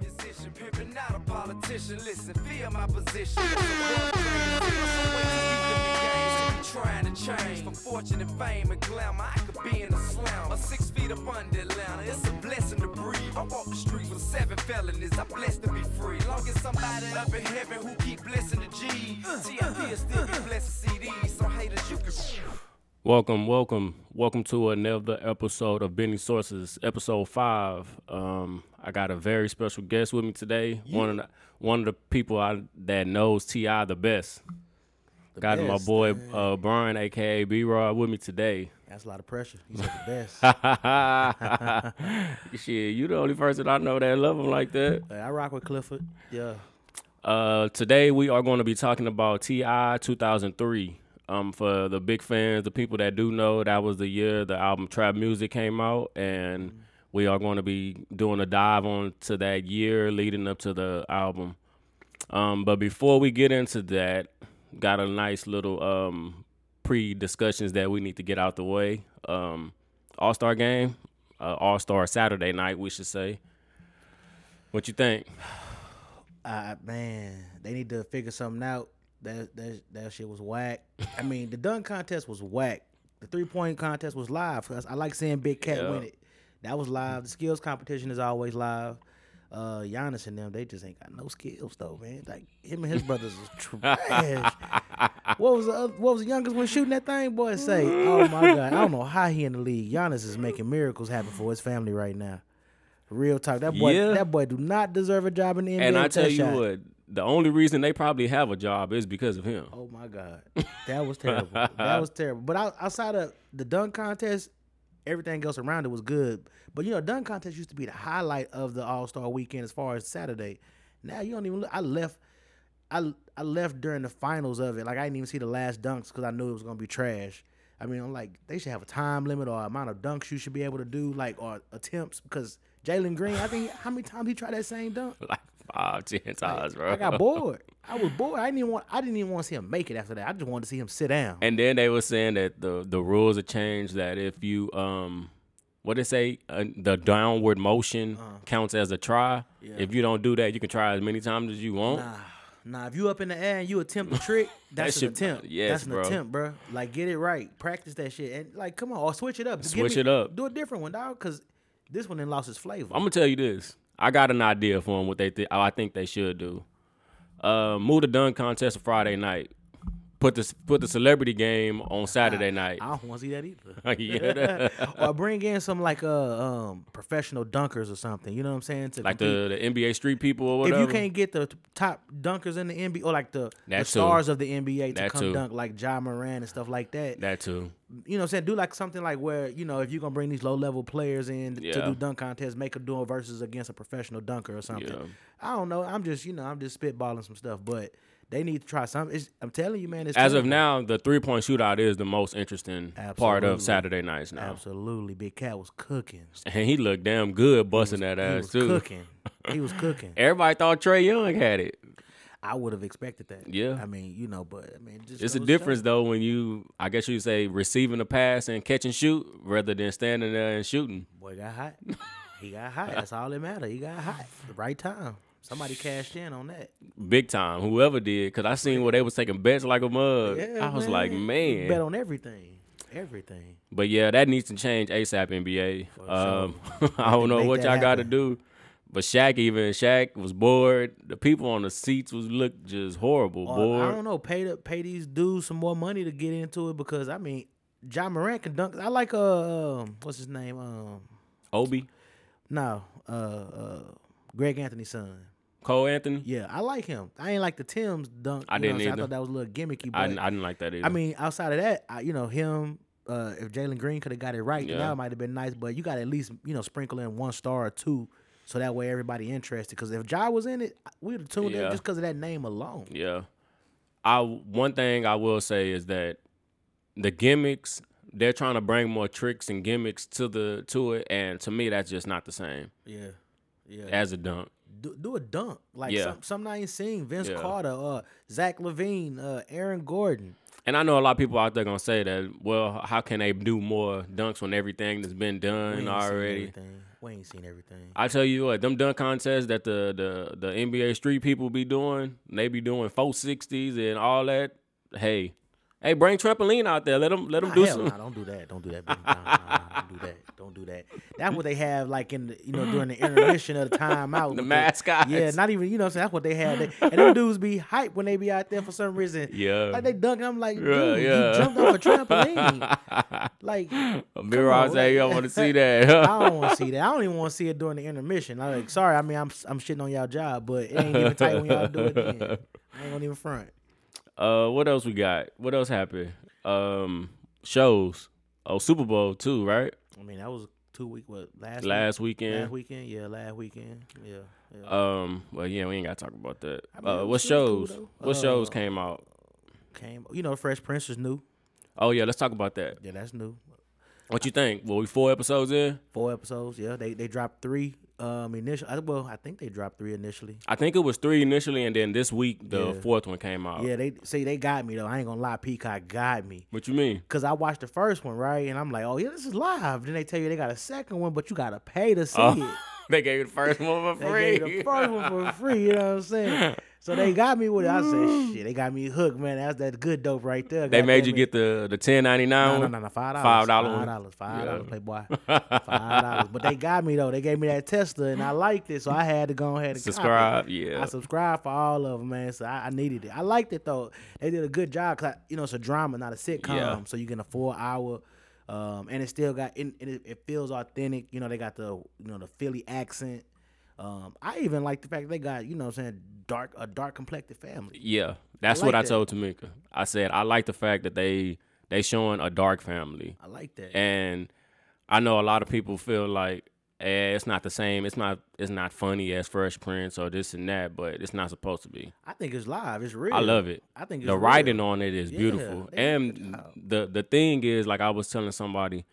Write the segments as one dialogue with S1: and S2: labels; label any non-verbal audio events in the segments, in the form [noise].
S1: mission. Pimping not a politician. Listen, fear my position. Trying to change from fortune and fame and glamour. I could be in a slum, a six feet up under Atlanta. It's a blessing to breathe. I walk the streets with seven felonies. I'm blessed to be free. Long as somebody up in heaven who keep blessing the G. TMP will still be blessing CDs. So haters, you can.
S2: Welcome, welcome, welcome to another episode of Benny Sources, episode five. Um, I got a very special guest with me today. One of the, one of the people I that knows Ti the best. got my
S3: best,
S2: boy uh, Brian, aka B Rod, with me today.
S3: That's a lot of pressure. He's at the best.
S2: Shit, you the only person I know that love him like that.
S3: Like, I rock with Clifford. Yeah.
S2: Uh, today we are going to be talking about Ti 2003. Um, for the big fans, the people that do know, that was the year the album Trap Music came out, and we are going to be doing a dive on to that year leading up to the album. Um, but before we get into that, got a nice little um pre discussions that we need to get out the way. Um, All Star Game, uh, All Star Saturday night, we should say. What you think?
S3: Uh, man, they need to figure something out. That that that shit was whack. I mean, the dunk contest was whack. The three point contest was live. 'cause I like seeing Big Cat
S2: Yeah.
S3: win it. That was live. The skills competition is always live. Uh, Giannis and them, they just ain't got no skills though, man. Like him and his brothers was
S2: [laughs]
S3: trash. what was the other, what was the youngest one shooting that thing? Boy, say, oh my god, I don't know how he in the league. Giannis is making miracles happen for his family right now. Real talk, that boy,
S2: Yeah.
S3: that boy do not deserve a job in the NBA.
S2: And I tell
S3: Test
S2: you
S3: shot.
S2: what, the only reason they probably have a job is because of him. [laughs]
S3: Oh my [laughs] God. That was terrible. that was terrible. But out- outside of the dunk contest, everything else around it was good. But you know, dunk contest used to be the highlight of the All Star weekend as far as Saturday. Now you don't even look. I left. I, I left during the finals of it. Like I didn't even see the last dunks because I knew it was gonna be trash. I mean, I'm like, they should have a time limit or amount of dunks you should be able to do, like or attempts. Because Jalen Green, I think how many times he tried that same dunk?
S2: Like five, ten times, bro.
S3: I got bored. I was bored. I didn't even want. I didn't even want to see him make it after that. I just wanted to see him sit down.
S2: [laughs] And then they were saying that the the rules have changed. That if you um, what they say, uh, the downward motion
S3: Uh-huh.
S2: counts as a try. If you don't do that, you can try as many times as you want.
S3: Nah, nah. If you up in the air and you attempt
S2: [laughs]
S3: a trick, that's
S2: shit-
S3: an attempt.
S2: yes,
S3: that's an
S2: bro.
S3: attempt, bro. Like get it right. Practice that shit. And like, come on, or switch it up. Give
S2: Switch
S3: me-
S2: it up.
S3: Do a different one, dog. Cause this one then lost its flavor.
S2: I'm gonna tell you this. I got an idea for them what they think. I think they should do. Uh, move the dunk contest to Friday night. Put the put the celebrity game on Saturday night.
S3: I don't want to see
S2: [laughs]
S3: that either.
S2: You hear that?
S3: or bring in some like uh um professional dunkers or something. You know what I'm saying? To
S2: like
S3: compete.
S2: the, the NBA street people or
S3: if
S2: whatever.
S3: you can't get the t- top dunkers in the NBA or like the,
S2: That
S3: the
S2: too.
S3: stars of the NBA to
S2: That
S3: come
S2: too.
S3: dunk like Ja Moran and stuff like that,
S2: that too.
S3: you know what I'm saying? Do like something like where, you know, if you're gonna bring these low level players in to
S2: Yeah.
S3: do dunk contests, make a duel versus against a professional dunker or something.
S2: Yeah.
S3: I don't know. I'm just, you know, I'm just spitballing some stuff, but they need to try something. It's, I'm telling you, man, it's
S2: As of
S3: terrible.
S2: now, the three point shootout is the most interesting part
S3: Absolutely.
S2: of Saturday nights now.
S3: Absolutely. Big Cat was cooking.
S2: And he looked damn good busting that
S3: he
S2: ass
S3: was
S2: too.
S3: cooking.
S2: [laughs]
S3: He was cooking.
S2: Everybody thought Trey Young had it.
S3: I would have expected that.
S2: Yeah.
S3: I mean, you know, but I mean it just
S2: It's a
S3: goes to show.
S2: difference though when you, I guess you say, receiving a pass and catch and shoot rather than standing there and shooting.
S3: Boy got hot. he got hot. That's all that matter. He got hot. The right time. Somebody cashed in on that.
S2: Big time, whoever did, because I seen where they was taking bets like a mug.
S3: Yeah,
S2: I was like, man.
S3: Bet on everything. Everything.
S2: But yeah, that needs to change ASAP NBA. Um, [laughs] I don't know
S3: Make
S2: what
S3: that
S2: y'all got to
S3: happen.
S2: do. But Shaq even Shaq was bored. The people on the seats was looked just horrible,
S3: Or, Oh, I
S2: bored.
S3: don't know. Pay to pay these dudes some more money to get into it because I mean, John Morant can dunk. I like uh, um, what's his name? Um,
S2: Obi,
S3: no, uh, uh, Greg Anthony's son.
S2: Cole Anthony.
S3: Yeah, I like him. I ain't like the Tim's dunk.
S2: I
S3: you know
S2: didn't
S3: what I'm saying? I
S2: either.
S3: thought that was a little gimmicky, but
S2: I, I didn't like that either.
S3: I mean, outside of that, I, you know, him, uh, if Jalen Green could have got it right,
S2: Yeah.
S3: now it might have been nice, but you got to at least, you know, sprinkle in one star or two so that way everybody interested. Because if Ja was in it, we would have tuned
S2: Yeah.
S3: in just because of that name alone.
S2: Yeah. I one thing I will say is that the gimmicks they're trying to bring more tricks and gimmicks to the to it, and to me that's just not the same
S3: Yeah. Yeah.
S2: as a dunk.
S3: Do, do a dunk. Like
S2: Yeah.
S3: some, something I ain't seen. Vince
S2: Yeah.
S3: Carter, uh, Zach Levine, uh, Aaron Gordon.
S2: And I know a lot of people out there gonna say that. Well, how can they do more dunks when everything that's been
S3: We
S2: done
S3: ain't Seen
S2: already?
S3: everything. We ain't seen everything.
S2: I tell you what, them dunk contests that the the the NBA street people be doing, they be doing four sixties and all that. Hey, hey, bring trampoline out there. Let them let them
S3: Ah,
S2: do
S3: hell
S2: some.
S3: nah, don't do that. Don't do that. baby. Nah, nah, nah, don't do that. Don't do that. That's what they have like in the, you know
S2: [laughs]
S3: during the intermission of the timeout. with
S2: mascots.
S3: Yeah, not even you know. what I'm saying? That's what they had. They, and them dudes be hype when they be out there for some reason.
S2: Yeah.
S3: like they dunk. I'm like, dude,
S2: yeah.
S3: you jumped
S2: [laughs]
S3: off a trampoline. like, I
S2: Mirage,
S3: on,
S2: hey, I
S3: like-
S2: want to
S3: [laughs]
S2: see that. [laughs]
S3: don't want to see that. I don't even want to see it during the intermission. I'm like, sorry. I mean, I'm I'm shitting on y'all job, but it ain't even tight when y'all do
S2: [laughs]
S3: it. Then. I ain't gonna even front. Oh.
S2: uh, what else we got? What else happened? Um, shows. Oh, Super Bowl too, right?
S3: I mean, that was two week. What last
S2: Last
S3: Week?
S2: weekend.
S3: Last weekend, yeah, last weekend, yeah. yeah.
S2: Um. Well, yeah, we ain't gotta talk about that.
S3: mean, it
S2: uh,
S3: was-
S2: what
S3: it was cool,
S2: shows?
S3: though.
S2: what shows
S3: Uh,
S2: came out?
S3: Came, you know, Fresh Prince is new.
S2: Oh yeah, let's talk about that.
S3: Yeah, that's new.
S2: What you think? Well, we four episodes in.
S3: Four episodes. Yeah, they they dropped three. Um, initial. I- Well, I think they dropped three initially.
S2: I think it was three initially, and then this week the
S3: Yeah.
S2: fourth one came out.
S3: Yeah, they see they got me though. I ain't gonna lie, Peacock got me.
S2: What you mean?
S3: Cause I watched the first one, right? And I'm like, oh yeah, this is live. Then they tell you they got a second one, but you gotta pay to see
S2: Oh.
S3: it.
S2: Uh, [laughs] they gave you the first one for
S3: They
S2: free.
S3: gave the first one for free, you know what I'm saying? So they got me with it. I said, shit, they got me hooked, man. That's that good dope right there.
S2: [laughs] they
S3: God
S2: made
S3: damn
S2: you
S3: it.
S2: get the the ten ninety nine.
S3: No, no, no, no, five dollars.
S2: Five dollar
S3: Five
S2: one.
S3: dollars. Five dollars.
S2: Yeah. [laughs]
S3: Playboy. Five dollars. But they got me though. They gave me that Tesla, and I liked it, so I had to go ahead and cop it.
S2: Subscribe, yeah.
S3: I subscribed for all of them, man. So I, I needed it. I liked it though. They did a good job. 'cause I- you know, it's a drama, not a sitcom.
S2: Yeah.
S3: So you get a four hour. Um, and it still got and and it, it feels authentic. You know, they got the you know the Philly accent. Um, I even like the fact they got you know what I'm saying dark a dark complected family.
S2: Yeah, that's
S3: I
S2: what
S3: like
S2: I
S3: that.
S2: told Tamika. I said I like the fact that they they showing a dark family,
S3: I like that.
S2: and I know a lot of people feel like eh, it's not the same. It's not it's not funny as Fresh Prince or this and that, but it's not supposed to be.
S3: I think it's live. It's real.
S2: I love it.
S3: I think it's
S2: The
S3: real.
S2: writing on it is
S3: Yeah,
S2: beautiful,
S3: they did a good
S2: and
S3: job.
S2: the the thing is, like I was telling somebody,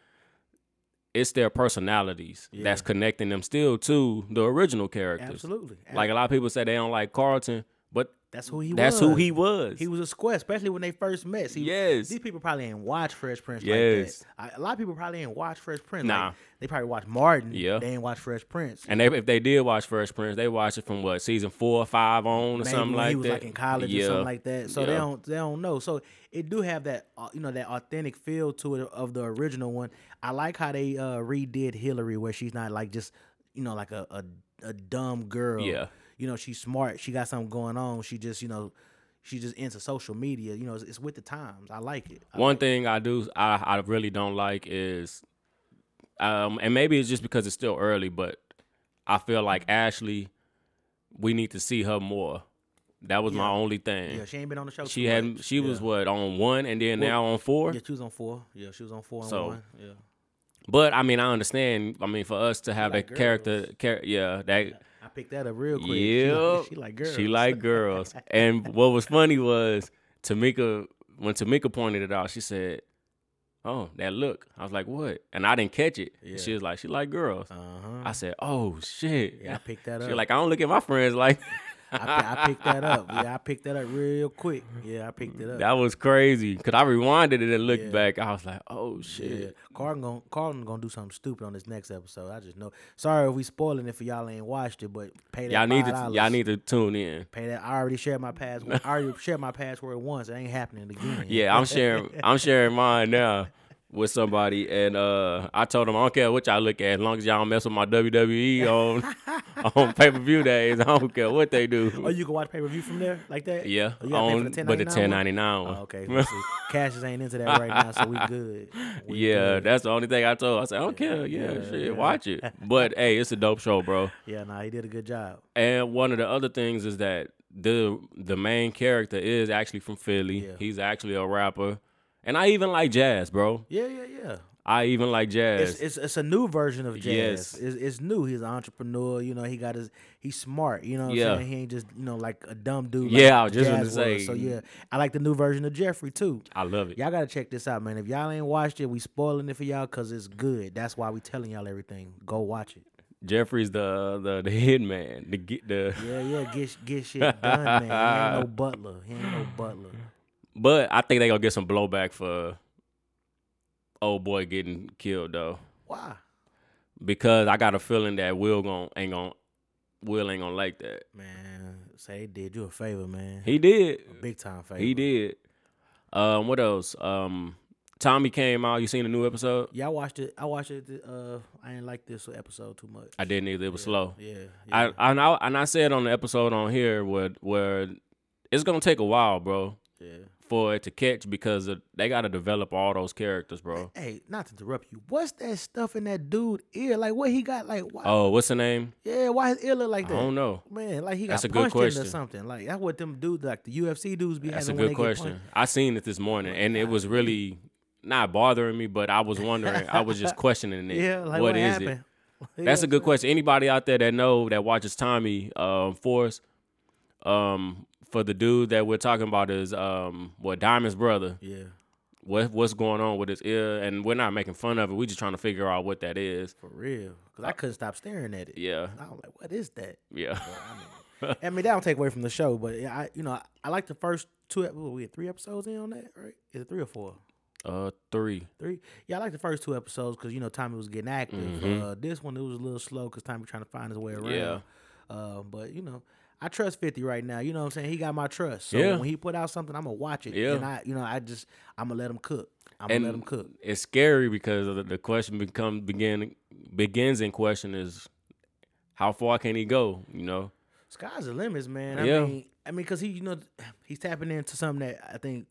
S2: it's their personalities that's connecting them still to the original characters.
S3: Absolutely.
S2: Like a lot of people say they don't like Carlton, but
S3: That's who he
S2: that's
S3: was.
S2: who he was.
S3: He was a square, especially when they first met. See,
S2: Yes.
S3: these people probably ain't watch Fresh Prince
S2: Yes.
S3: like that. I, a lot of people probably ain't watch Fresh Prince.
S2: Nah.
S3: Like, they probably watch Martin.
S2: Yeah.
S3: They ain't watch Fresh Prince.
S2: And they, if they did watch Fresh Prince, they watched it from what season four or five on or
S3: Maybe
S2: something
S3: when
S2: like
S3: he was
S2: that.
S3: like in college or something like that. So they
S2: Yeah.
S3: don't they don't know. So it do have that uh, you know that authentic feel to it of the original one. I like how they uh, redid Hillary where she's not like just you know like a a, a dumb girl.
S2: Yeah.
S3: You know she's smart. She got something going on. She just you know she just into social media. You know it's, it's with the times. I like it. I
S2: One thing I do, I, I really don't like is, um, and maybe it's just because it's still early, but I feel like Ashley, we need to see her more. That was my only thing.
S3: Yeah, she ain't been on the show.
S2: she
S3: too
S2: had,
S3: much.
S2: she was
S3: Yeah.
S2: what on one, and then now on four.
S3: Yeah, she was on four. Yeah, she was on four and
S2: So,
S3: one. Yeah,
S2: But I mean, I understand. I mean, for us to have
S3: like
S2: that character, char- yeah, that
S3: I picked that up real quick. She
S2: Yeah,
S3: like, she like girls.
S2: She like girls. and
S3: [laughs]
S2: what was funny was Tamika when Tamika pointed it out. She said, "Oh, that look." I was like, "What?" And I didn't catch it. And She was like, "She like girls."
S3: Uh-huh.
S2: I said, "Oh shit."
S3: Yeah, I picked that
S2: She
S3: up.
S2: like, "I don't look at my friends like."
S3: [laughs] I, pi- I picked that up. Yeah, I picked that up real quick. Yeah, I picked it up.
S2: [laughs] that was crazy. Cause I rewinded it and looked
S3: Yeah.
S2: back. I was like, "Oh
S3: yeah.
S2: shit."
S3: Carlton gonna, Carlton gonna do something stupid on this next episode. I just know. Sorry if we spoiling it for y'all ain't watched it, but pay that.
S2: Y'all need to
S3: $5.
S2: y'all need to tune in.
S3: pay that. I already shared my password. I already shared my password once. It ain't happening again.
S2: [laughs] Yeah, I'm sharing. I'm sharing mine now with somebody, and uh, I told them I don't care what y'all look at, as long as y'all don't mess with my WWE
S3: [laughs]
S2: on on pay per view days. I don't care what they
S3: Or
S2: do.
S3: Oh, you can watch pay per view from there like that.
S2: Yeah,
S3: Or you gotta pay for
S2: on but the
S3: 1099
S2: 1099
S3: one?
S2: one.
S3: Oh, okay,
S2: [laughs]
S3: let's see. Cashes ain't into that right now, so we good. We
S2: Yeah,
S3: good.
S2: that's the only thing I told. I said I don't care. Yeah, shit, watch it. But hey, it's a dope show, bro.
S3: yeah. Nah, he did a good job.
S2: And one of the other things is that the the main character is actually from Philly.
S3: Yeah.
S2: He's actually a rapper, and I even like jazz, bro.
S3: Yeah, yeah, yeah.
S2: I even like jazz.
S3: It's, it's it's a new version of jazz.
S2: Yes.
S3: It's, it's new. He's an entrepreneur. You know, he got his. He's smart. You know, what
S2: Yeah.
S3: I'm saying he ain't just you know like a dumb dude.
S2: Yeah, I
S3: like
S2: was just gonna
S3: Jazz was.
S2: say.
S3: So yeah, I like the new version of Jeffrey too.
S2: I love it.
S3: Y'all gotta check this out, man. If y'all ain't watched it, we spoiling it for y'all because it's good. That's why we telling y'all everything. Go watch it.
S2: Jeffrey's the the [laughs] the hitman. The get the [laughs]
S3: Yeah, yeah. Get get shit done, man. He ain't no butler. He ain't no butler.
S2: But I think they gonna get some blowback for old boy getting killed though,
S3: Why?
S2: because I got a feeling that Will gon' ain't gonna Will ain't gonna like that.
S3: Man, say they did you a favor, man.
S2: He did.
S3: Big time favor.
S2: He did. Um, what else? Um, Tommy came out. You seen the new episode?
S3: Yeah, I watched it. I watched it. Uh, I didn't like this episode too much.
S2: I didn't either. It was slow.
S3: Yeah. yeah.
S2: I, I and I and I said on the episode on here where where it's gonna take a while, bro,
S3: yeah.
S2: for it to catch because of, they gotta develop all those characters, bro.
S3: Hey, not to interrupt you. What's that stuff in that dude ear? Like what he got? Like why?
S2: Oh, what's the name?
S3: Yeah, why his ear look like
S2: I
S3: that?
S2: don't know.
S3: Man, like he got
S2: That's a good
S3: punched in
S2: question.
S3: or something. Like that's what them dudes, like the UFC dudes, be
S2: That's a good
S3: having when they get
S2: question.
S3: punched.
S2: I seen it this morning, and it was really not bothering me, but I was wondering. I was
S3: [laughs]
S2: just questioning it.
S3: Yeah, like what,
S2: what is it?
S3: happened? [laughs]
S2: That's a good question. Anybody out there that know that watches Tommy um, Forrest, um, for the dude that we're talking about is um, what Diamond's brother.
S3: Yeah,
S2: What what's going on with his ear? And we're not making fun of it. We just trying to figure out what that is.
S3: for real. Cause I couldn't stop staring at it.
S2: Uh, Yeah,
S3: I was like, what is that?
S2: yeah. [laughs]
S3: I mean, that don't take away from the show, but yeah, I, you know, I, I like the first two. ep- what, We had three episodes in on that, right? Is it three or four?
S2: Uh, three.
S3: Three. Yeah, I like the first two episodes because you know Tommy was getting active. Uh, this one it was a little slow because Tommy trying to find his way around.
S2: Mm-hmm. Yeah.
S3: Uh, but you know, I trust Fifty right now. You know what I'm saying? He got my trust. So
S2: Yeah.
S3: when he put out something, I'm gonna watch it.
S2: Yeah.
S3: And I, you know, I just I'm gonna let him cook. I'm
S2: And-
S3: gonna let him cook.
S2: It's scary because of the, the question become begin begins in question is how far can he go? You know.
S3: Sky's the limits, man. I
S2: Yeah.
S3: mean, I mean, cause he, you know, he's tapping into something that I think,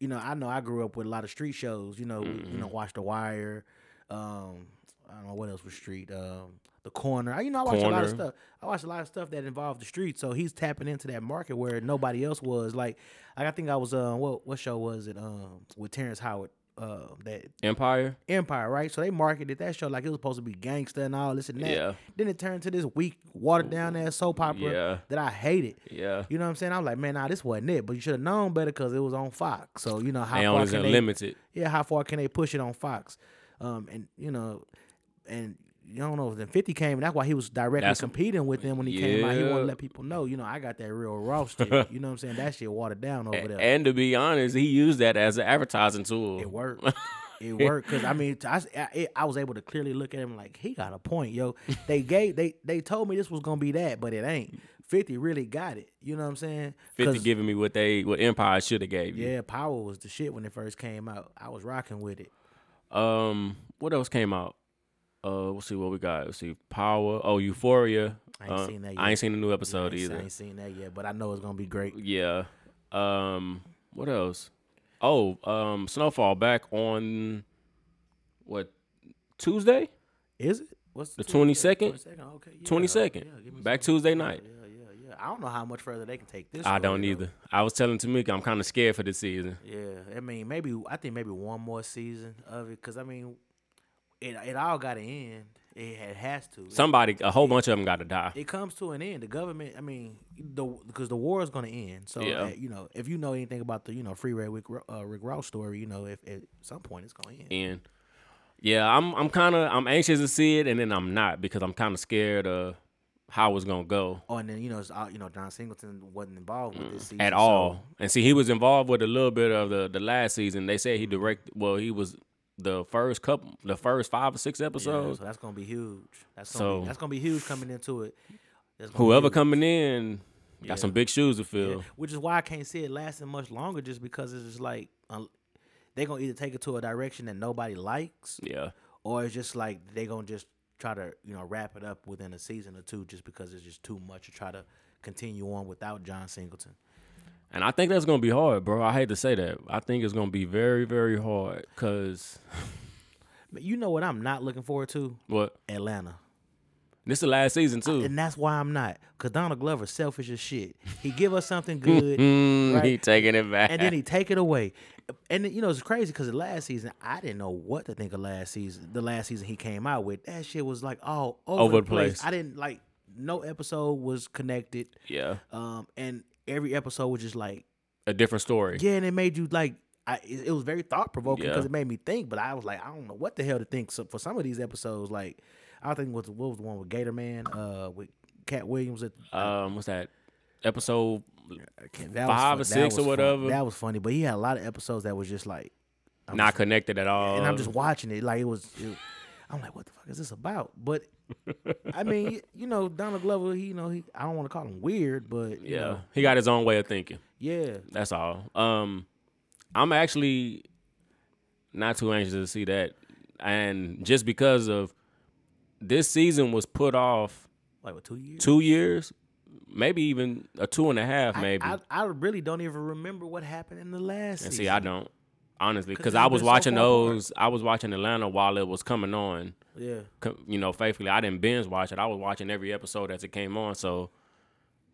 S3: you know, I know I grew up with a lot of street shows. You know, we- you
S2: Mm-hmm.
S3: know, watch The Wire. Um, I don't know what else was street. Um, The Corner. I, you know, I watched a lot of
S2: Corner.
S3: stuff. I watched a lot of stuff that involved the street. So he's tapping into that market where nobody else was. Like, like I think I was, uh, what what show was it? Um, with Terrence Howard. Uh, that
S2: Empire.
S3: Empire, right? So they marketed that show like it was supposed to be gangster and all this and that.
S2: Yeah.
S3: Then it turned to this weak, watered down ass soap opera
S2: Yeah.
S3: that I hated.
S2: Yeah.
S3: You know what I'm saying? I was like, man, nah, this wasn't it. But you should have known better because it was on Fox. So you know how
S2: They
S3: far
S2: only
S3: can they,
S2: limited.
S3: yeah, how far can they push it on Fox? Um, and you know, and you don't know. Then Fifty came, and that's why he was directly
S2: That's-
S3: competing with them when he came out. He wanted
S2: Yeah.
S3: to let people know, you know, I got that real
S2: [laughs]
S3: raw shit. you know what I'm saying? That shit watered down over there.
S2: And to be honest, he used that as an advertising tool. [laughs]
S3: It worked. It worked because I mean, I, I, it- I was able to clearly look at him like he got a point, yo.
S2: [laughs]
S3: They gave they they told me this was gonna be that, but it ain't. Fifty really got it. You know what I'm saying?
S2: 50
S3: 'Cause,
S2: giving me what they what Empire should have gave you.
S3: yeah, Power was the shit when it first came out. I was rocking with it.
S2: Um what else came out? Uh we'll see what we got. Let's see. Power. Oh, Euphoria.
S3: I ain't
S2: Uh,
S3: seen that
S2: I
S3: yet.
S2: ain't seen the new episode
S3: I ain't- I
S2: either.
S3: ain't seen that yet, but I know it's gonna be great.
S2: Yeah. Um what else? Oh, um Snowfall back on what Tuesday?
S3: Is it? What's
S2: The 22nd?
S3: Twenty-second. Okay. yeah.
S2: Twenty second.
S3: Yeah, give me
S2: back
S3: some-
S2: Tuesday night.
S3: Yeah, yeah, yeah. I don't know how much further they can take this.
S2: I
S3: story,
S2: don't
S3: though.
S2: either. I was telling Tamika I'm kinda scared for this season.
S3: Yeah, I mean, maybe I think maybe one more season of it because I mean, it it all got to end. It, it has to.
S2: Somebody a whole bunch of them gotta die.
S3: it comes to an end. The government, I mean, the because the war is going to end. So
S2: Yeah.
S3: uh, you know, if you know anything about the you know free Red Rick, uh, Rick Ross story, you know, if at some point it's going to end.
S2: And yeah, I'm I'm kind of I'm anxious to see it, and then I'm not because I'm kind of scared of how it's gonna go
S3: Oh, and then you know, it's all, you know, John Singleton wasn't involved with this season
S2: Mm. at
S3: so-
S2: all. And see, he was involved with a little bit of the the last season. They said he directed. Well, he was the first couple, the first five or six
S3: Yeah, So,
S2: episodes.
S3: that's going to be huge. That's gonna
S2: So-
S3: be, that's going to be huge coming into it. That's gonna be
S2: Whoever
S3: huge.
S2: coming in got some big shoes to fill.
S3: which is why I can't see it lasting much longer, just because it's just like um, they gonna either take it to a direction that nobody likes,
S2: Yeah.
S3: or it's just like they gonna just try to you know wrap it up within a season or two, just because it's just too much to try to continue on without John Singleton.
S2: and I think that's gonna be hard, bro. I hate to say that. I think it's gonna be very, very hard. Cause
S3: But you know what I'm not looking forward to
S2: what?
S3: Atlanta.
S2: This is the last season too.
S3: And that's why I'm not, cause Donald Glover's selfish as shit. He give us
S2: [laughs]
S3: something good,
S2: Mm, [laughs] He
S3: right?
S2: taking it back.
S3: and then he take it away. And then, you know it's crazy because the last season I didn't know what to think of last season. The last season he came out with that shit was like all over,
S2: Over
S3: the
S2: the
S3: place.
S2: place.
S3: I didn't like no episode was connected,
S2: yeah,
S3: um, and every episode was just like
S2: a different story.
S3: yeah, and it made you like I, it, it was very thought provoking
S2: Yeah.
S3: because it made me think. But I was like I don't know what the hell to think. So for some of these episodes, like I think was what was the one with Gator Man, uh, with Cat Williams at
S2: um what's that episode
S3: Okay, that
S2: Five
S3: fu-
S2: or six or
S3: was fu-
S2: whatever.
S3: That was funny, but he had a lot of episodes that was just like,
S2: not connected at all.
S3: and I'm just watching it like it was. it- I'm like, what the fuck is this about? But I mean, you know, Donald Glover, he, you know, he, I don't want to call him weird, but you
S2: yeah,
S3: know,
S2: he got his own way of thinking.
S3: yeah,
S2: That's all. Um, I'm actually not too anxious to see that, and just because of this season was put off
S3: like what two years?
S2: two years, maybe even a two and a half,
S3: I-
S2: maybe.
S3: I, I, really don't even remember what happened in the last.
S2: and
S3: season.
S2: see, I don't honestly because
S3: 'Cause it's
S2: I
S3: been
S2: was
S3: so
S2: watching
S3: far apart.
S2: those. I was watching Atlanta while it was coming on.
S3: Yeah,
S2: co- You know, faithfully, I didn't binge watch it. I was watching every episode as it came on. So,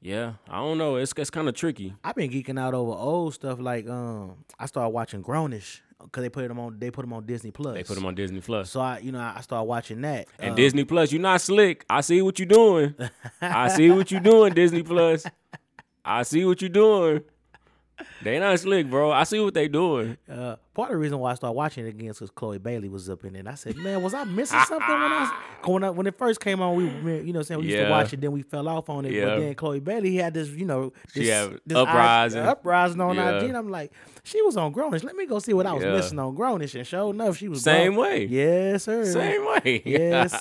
S2: yeah, I don't know. It's it's kind of tricky.
S3: I've been geeking out over old stuff. Like, um, I started watching Grownish because they put them on. They put them on Disney Plus.
S2: They put them on Disney Plus.
S3: So I, you know, I I started watching that.
S2: And
S3: Um,
S2: Disney Plus, you're not slick. I see what you're doing. I see what you're doing, Disney Plus. I see what you're doing. They not slick, bro. I see what they doing.
S3: Uh, part of the reason why I started watching it again is because Chloe Bailey was up in it. And I said, man, was
S2: [laughs]
S3: I missing something when I, was, when I when it first came on? We, we- you know, what I'm saying we used
S2: Yeah.
S3: to watch it, then we fell off on it.
S2: Yeah.
S3: But then Chloe Bailey had this, you know, this,
S2: She had
S3: this I-
S2: Uprising.
S3: uprising on
S2: Yeah.
S3: IG. And I'm like, she was on Grownish. Let me go see what I was
S2: Yeah.
S3: missing on Grownish. And sure enough, she was
S2: Same
S3: gone.
S2: way.
S3: Yes, sir.
S2: Same way.
S3: Yes,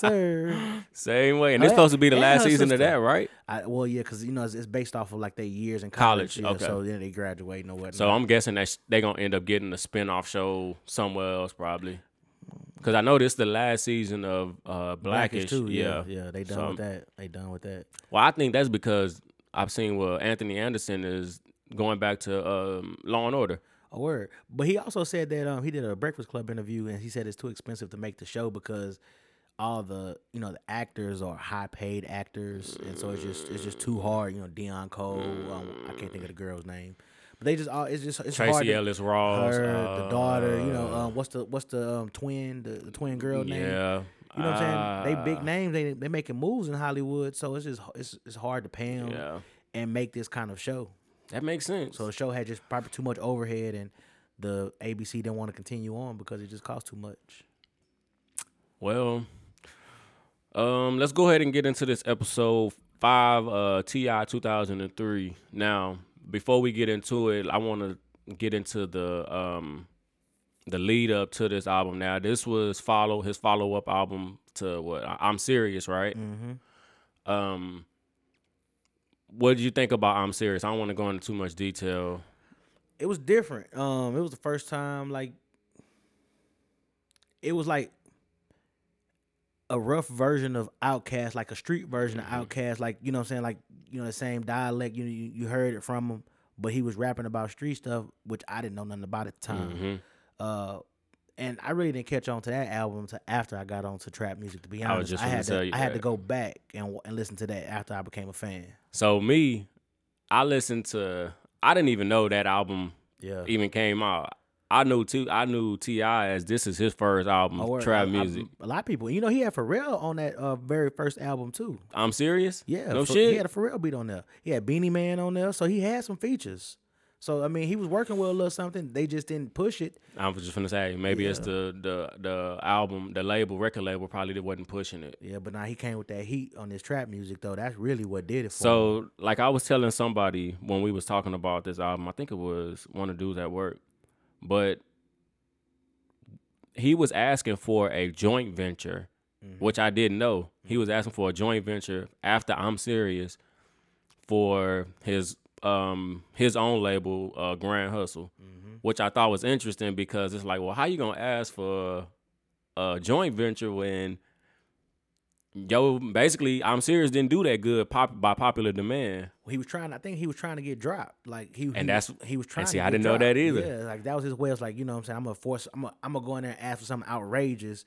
S2: [laughs]
S3: sir.
S2: Same way. And it's
S3: Oh,
S2: supposed to be the
S3: and
S2: last
S3: her
S2: season of
S3: sister.
S2: that, right?
S3: I, well, yeah, because you know it's, it's based off of like their years in
S2: College,
S3: college. yeah,
S2: okay.
S3: So then they graduate and whatnot.
S2: So I'm guessing that sh- they gonna end up getting a spin-off show somewhere else probably. Cause I know this the last season of uh, Blackish.
S3: too.
S2: yeah.
S3: yeah. They done
S2: So-
S3: with that. They done with that.
S2: Well, I think that's because I've seen well Anthony Anderson is going back to um, Law and Order.
S3: A word. But he also said that um he did a Breakfast Club interview and he said it's too expensive to make the show because all the you know the actors are high paid actors and so it's just it's just too hard. You know Dion Cole. Um, I can't think of the girl's name, but they just all it's just it's hard.
S2: Tracy
S3: to-
S2: Ellis Ross,
S3: Her, the daughter, you know,
S2: uh,
S3: um, what's the what's the um, twin, the, the twin girl name?
S2: Yeah.
S3: You know what I'm saying? They
S2: Ah,
S3: big names. They they making moves in Hollywood, so it's just it's it's hard to pay 'em
S2: Yeah.
S3: and make this kind of show.
S2: That makes sense.
S3: So the show had just probably too much overhead, and the ABC didn't want to continue on because it just cost too much.
S2: well, um, let's go ahead and get into this episode five, uh, TI 2003. Now, before we get into it, I want to get into the um, the lead up to this album. Now, this was follow his follow up album to what I- I'm serious, right?
S3: Mm-hmm.
S2: Um, what did you think about I'm serious? I don't want to go into too much detail.
S3: It was different. Um, it was the first time like it was like a rough version of Outcast, like a street version of
S2: Mm-hmm.
S3: Outcast, like you know what I'm saying, like you know the same dialect. You you, you heard it from him, but he was rapping about street stuff, which I didn't know nothing about at the time.
S2: Mhm.
S3: uh and I really didn't catch on to that album until after I got on to trap music. To be honest,
S2: I
S3: I,
S2: was just gonna
S3: had
S2: tell
S3: to,
S2: you
S3: I had
S2: that.
S3: to go back and w- and listen to that after I became a fan.
S2: So me, I listened to. I didn't even know that album
S3: Yeah,
S2: even came out. I knew too. I knew Ti as this is his first album,
S3: Oh,
S2: trap music.
S3: A lot of people, you know, he had Pharrell on that uh, very first album too.
S2: I, am serious.
S3: Yeah,
S2: no
S3: Ph-
S2: shit.
S3: He had a Pharrell beat on there. He had Beanie Man on there, so he had some features. So I mean, he was working with a little something. They just didn't push it.
S2: I was just gonna say maybe it's the the the album, the label, record label probably wasn't pushing it.
S3: Yeah, but now he came with that heat on this trap music though. That's really what did it for.
S2: So,
S3: him.
S2: like I was telling somebody when we was talking about this album, I think it was one of the dudes at work, but he was asking for a joint venture, which I didn't know. He was asking for a joint venture after I'm serious for his um his own label, uh, Grand Hustle, which I thought was interesting because it's like, well, how you gonna ask for a joint venture when yo basically I'm serious didn't do that good pop by popular demand.
S3: he was trying. I think he was trying to get dropped. Like he, he
S2: that's-
S3: was- he was
S2: and
S3: trying.
S2: see,
S3: to
S2: I
S3: get
S2: didn't know that
S3: dropped.
S2: either.
S3: Yeah, like that was his way. of like you know what I'm saying. I'm gonna force. I'm gonna, I'm gonna go in there and ask for something outrageous,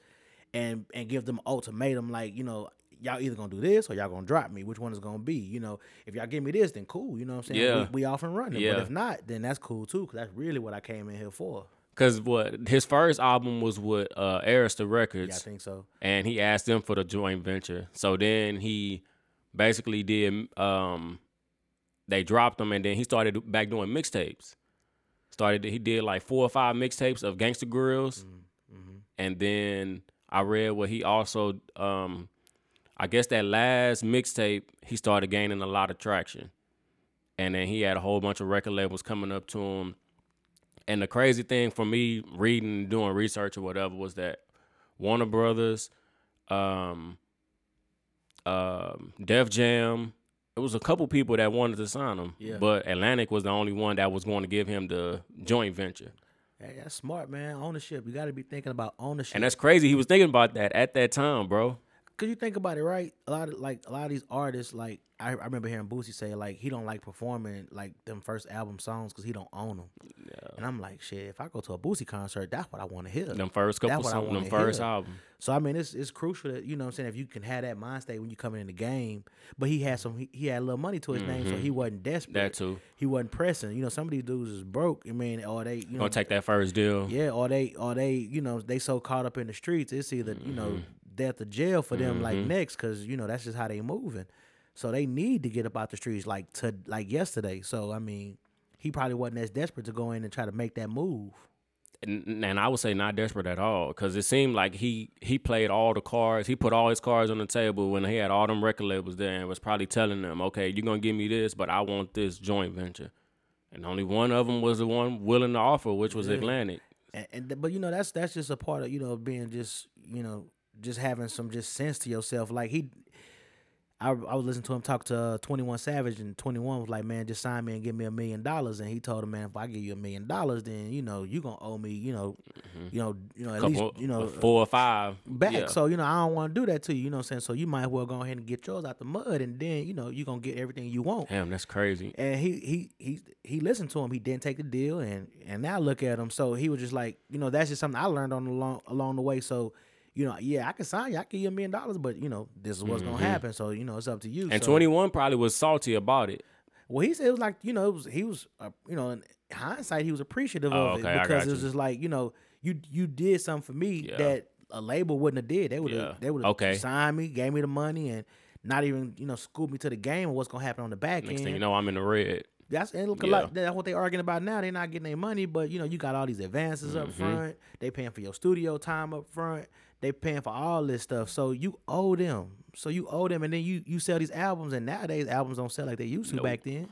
S3: and and give them ultimatum. Like you know, y'all either gonna do this or y'all gonna drop me. Which one is gonna be? You know, if y'all give me this, then cool. You know what I'm saying.
S2: Yeah.
S3: We, we off and running.
S2: Yeah.
S3: But if not, then that's cool too. Cause that's really what I came in here for.
S2: Cause what his first album was with uh Arista Records.
S3: Yeah, I think so.
S2: and he asked them for the joint venture. So then he basically did. Um, they dropped him, and then he started back doing mixtapes. Started he did like four or five mixtapes of Gangsta Grills, and then I read what he also. Um, I guess that last mixtape he started gaining a lot of traction, and then he had a whole bunch of record labels coming up to him. And the crazy thing for me reading, doing research or whatever was that Warner Brothers, um, um, Def Jam. It was a couple people that wanted to sign him,
S3: Yeah.
S2: but Atlantic was the only one that was going to give him the joint venture.
S3: Hey, that's smart, man. Ownership. You got to be thinking about ownership.
S2: And that's crazy. He was thinking about that at that time, bro.
S3: Cause you think about it, right? A lot of like a lot of these artists, like I, I remember hearing Boosie say, like he don't like performing like them first album songs because he don't own them. And I'm like, shit, if I go to a Boosie concert, that's what I want to hear.
S2: Them first couple
S3: That's what I
S2: songs, them
S3: wanna
S2: first
S3: hear.
S2: album.
S3: So I mean, it's it's crucial that you know what I'm saying if you can have that mind state when you coming in the game. But he had some he, he had a little money to his name, so he wasn't desperate.
S2: Mm-hmm. That too.
S3: He wasn't pressing. You know, some of these dudes is broke. I mean, or they you know
S2: Gonna take that first deal.
S3: Mm-hmm. yeah, or they or they you know they so caught up in the streets. It's either you know death or jail for them like next because you know that's just how they moving. So they need to get up out the streets like to like yesterday. So I mean, he probably wasn't as desperate to go in and try to make that move.
S2: and, and I would say not desperate at all because it seemed like he he played all the cards. He put all his cards on the table when he had all them record labels there and was probably telling them, okay, you're gonna give me this, but I want this joint venture. And only one of them was the one willing to offer, which was Atlantic.
S3: And, and th- but you know that's that's just a part of you know being just you know just having some just sense to yourself. Like he, I, I was listening to him talk to uh, Twenty One Savage, and Twenty One was like, "Man, just sign me and give me a million dollars." And he told him, "Man, if I give you a million dollars, then you know you gonna owe me, you know, you know, you know at
S2: Mm-hmm. Couple, uh,
S3: least you know uh,
S2: four or five
S3: back.
S2: Yeah.
S3: So you know I don't want to do that to you. You know what I'm saying? So you might as well go ahead and get yours out the mud, and then you know you gonna get everything you want."
S2: Damn, that's crazy.
S3: and he he he he listened to him. He didn't take the deal, and and now look at him. So he was just like, you know, that's just something I learned on along along the way. So, you know, yeah, I can sign you, I can give you a million dollars, but you know, this is what's gonna happen. So you know, it's up to you.
S2: Mm-hmm. And
S3: So-
S2: 21 probably was salty about it.
S3: Well, he said it was like you know, it was he was uh, you know, in hindsight, he was appreciative
S2: Oh,
S3: of
S2: okay,
S3: it
S2: I
S3: because
S2: got
S3: it was
S2: you.
S3: just like you know, you you did something for me
S2: Yeah.
S3: that a label wouldn't have did. They would have
S2: Yeah.
S3: they would have
S2: Okay.
S3: signed me, gave me the money, and. Not even you know scoop me to the game or what's gonna happen on the back
S2: Next
S3: end.
S2: thing you know, I'm in the red.
S3: That's and look a
S2: Yeah.
S3: lot. That's what they arguing about now. They're not getting their money, but you know you got all these advances up
S2: Mm-hmm.
S3: front. They paying for your studio time up front. They paying for all this stuff. So you owe them. So you owe them, and then you you sell these albums. And nowadays albums don't sell like they used to back then.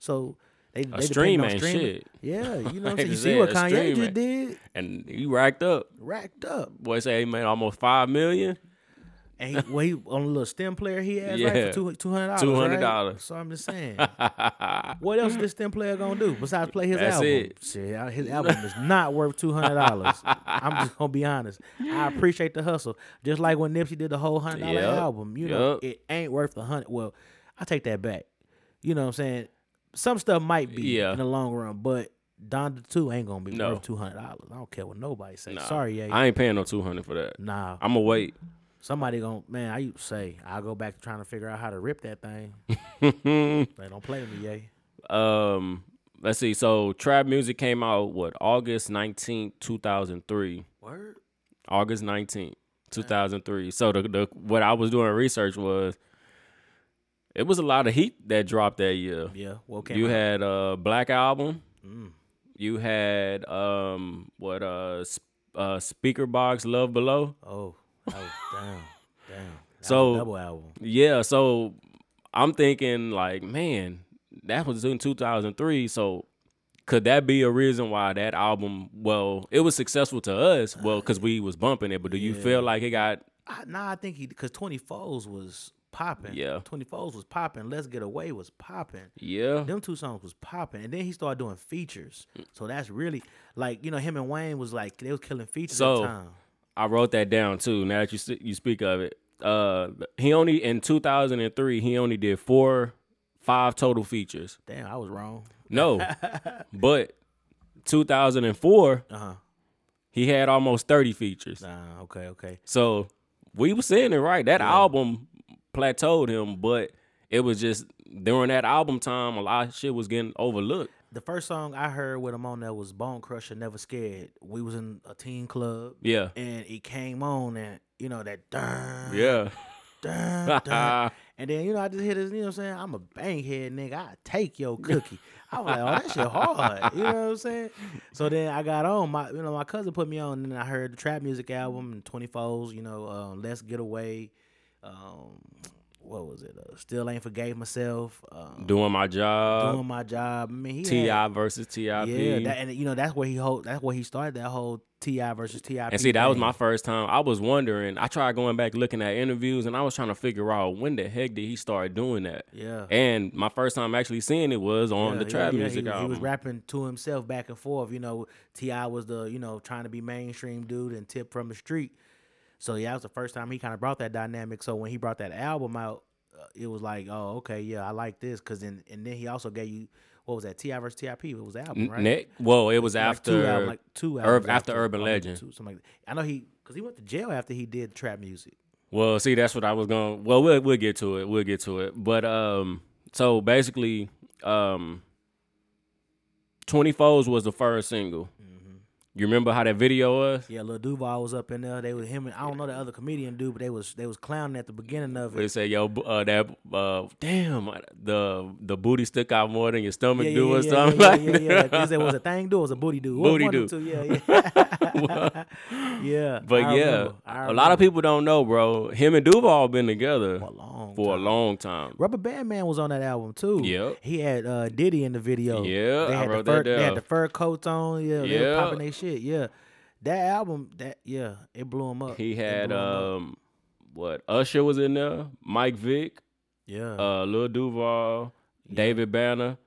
S3: So they, they depend
S2: stream
S3: on
S2: ain't
S3: streaming.
S2: shit.
S3: Yeah, you know
S2: [laughs] Like
S3: what I'm saying.
S2: I
S3: You see
S2: said,
S3: what
S2: a
S3: Kanye
S2: stream
S3: just
S2: ain't-
S3: did?
S2: And he racked up.
S3: Racked up.
S2: Boy say he made almost five million.
S3: And he, well, he on a little stem player he has right
S2: Yeah.
S3: for two two hundred dollars.
S2: $200.
S3: So I'm
S2: [laughs]
S3: just saying, what else is this stem player gonna do besides play his
S2: That's
S3: album?
S2: it.
S3: Shit, I- his album is not worth two hundred dollars. I'm just gonna be honest. I appreciate the hustle, just like when Nipsey did the whole hundred dollar
S2: Yep.
S3: album. You know,
S2: Yep.
S3: it ain't worth the hundred. Well, I take that back. You know what I'm saying? Some stuff might be
S2: Yeah.
S3: in the long run, but Donda Two ain't gonna be
S2: No.
S3: worth two hundred dollars. I don't care what nobody says.
S2: Nah,
S3: Sorry, yeah,
S2: I ain't paying no 200 for that.
S3: nah.
S2: I'ma wait.
S3: Somebody gonna man, I used to say I go back to trying to figure out how to rip
S2: [laughs]
S3: that thing. they don't play with me, yay.
S2: Hmm. um let's see so trap music came out what august nineteenth, two 2003
S3: Word.
S2: august nineteenth, two 2003 so the, the what i was doing research was it was a lot of heat that dropped that year
S3: Yeah. Well, came
S2: you
S3: out. Mm.
S2: had uh black album you had um what uh, s- uh speaker box love below
S3: oh,
S2: [laughs]
S3: that was down, down.
S2: So-
S3: double album.
S2: Yeah, so I'm thinking like, man, that was in 2003, so could that be a reason why that album well, it was successful to us, well cuz we was bumping it, but do you feel like it got
S3: I, nah, I think he because Twenty Foes was popping.
S2: Yeah.
S3: Twenty Foes was popping. Let's Get Away was popping.
S2: yeah,
S3: Them two songs was popping, and then he started doing features. So that's really like you know him and Wayne was like they was killing features at
S2: So-
S3: the time.
S2: I wrote that down too. Now that you s- you speak of it, uh he only in 2003 he only did 4 5 total features.
S3: Damn, I was wrong.
S2: No. but 2004
S3: Uh huh.
S2: he had almost 30 features.
S3: Nah. Okay. Okay.
S2: So we were saying it right. That album plateaued him, but it was just during that album time, a lot of shit was getting overlooked.
S3: The first song I heard with him on there was Bone Crusher, Never Scared. We was in a teen club.
S2: Yeah.
S3: And it came on and you know that dun,
S2: Yeah. [laughs]
S3: dun, dun. and then you know I just hit this, you know what I'm saying? I'm a banghead nigga. I
S2: [laughs]
S3: take your cookie. I was like, oh that shit hard. You know what I'm saying? So then I got on my you know, my cousin put me on and I heard uh, the trap music album and twenty fours, you know, um, Let's Get Away. Um what was it? Uh, Still ain't forgave myself. Um,
S2: Doing uh, my job.
S3: doing my job. I mean, he
S2: Ti
S3: had-
S2: versus Tip.
S3: Yeah, that, and you know that's where he hold. That's where he started that whole Ti versus Ti.
S2: And see, that was my first time. I was wondering. I tried going back looking at interviews, and I was trying to figure out when the heck did he start doing that.
S3: Yeah.
S2: And my first time actually seeing it was on
S3: Yeah,
S2: the
S3: yeah,
S2: trap
S3: yeah, he
S2: music
S3: was- he,
S2: album.
S3: was rapping to himself back and forth. You know, Ti was the you know trying to be mainstream dude and Tip from the street. So yeah, that was the first time he kind of brought that dynamic. So when he brought that album out, uh, it was like, oh okay, yeah, I like this. Cause then and then he also gave you what was that Ti versus Tip? It was the album,
S2: N-
S3: right?
S2: Nick- well, it was
S3: Like
S2: after
S3: two, album, like two
S2: Urb-
S3: albums
S2: after Urban
S3: or maybe
S2: Legend.
S3: two, something like that. I know he because he went to jail after he did trap music.
S2: Well, see, that's what I was going. Well, we'll we'll get to it. We'll get to it. But um, so basically, um, Twenty Foes was the first single.
S3: Mm-hmm.
S2: You remember how that video was?
S3: Yeah, Lil Duval was up in there. They was him and I don't know the other comedian dude, but they was they was clowning at the beginning of
S2: They
S3: it.
S2: say, "Yo, bu- uh, that uh, damn the the booty stick out more than your stomach
S3: Yeah, yeah,
S2: do
S3: yeah,
S2: or
S3: yeah,
S2: something
S3: yeah,
S2: like
S3: yeah,
S2: that."
S3: yeah, Like, is it was a thing do? It was a booty do. One-
S2: Booty
S3: one of
S2: do.
S3: the two, Yeah, [laughs] yeah, yeah.
S2: [laughs] But
S3: I
S2: yeah,
S3: remember, I
S2: a lot of
S3: remember.
S2: people don't know, bro. Him and Duval been together
S3: For a long
S2: for a long time.
S3: Rubber Band Man was on that album too.
S2: Yep.
S3: He had uh, Diddy in the video.
S2: Yeah,
S3: They
S2: I
S3: had
S2: wrote
S3: the
S2: that
S3: fur, They
S2: down.
S3: had the fur coats on. Yeah. They
S2: Yeah.
S3: were popping their shit. Yeah. That album, that yeah, it blew him up.
S2: He
S3: It
S2: had
S3: blew him up.
S2: um, what Usher was in there, Mike Vick,
S3: yeah.
S2: uh, Lil Duval, David Banner,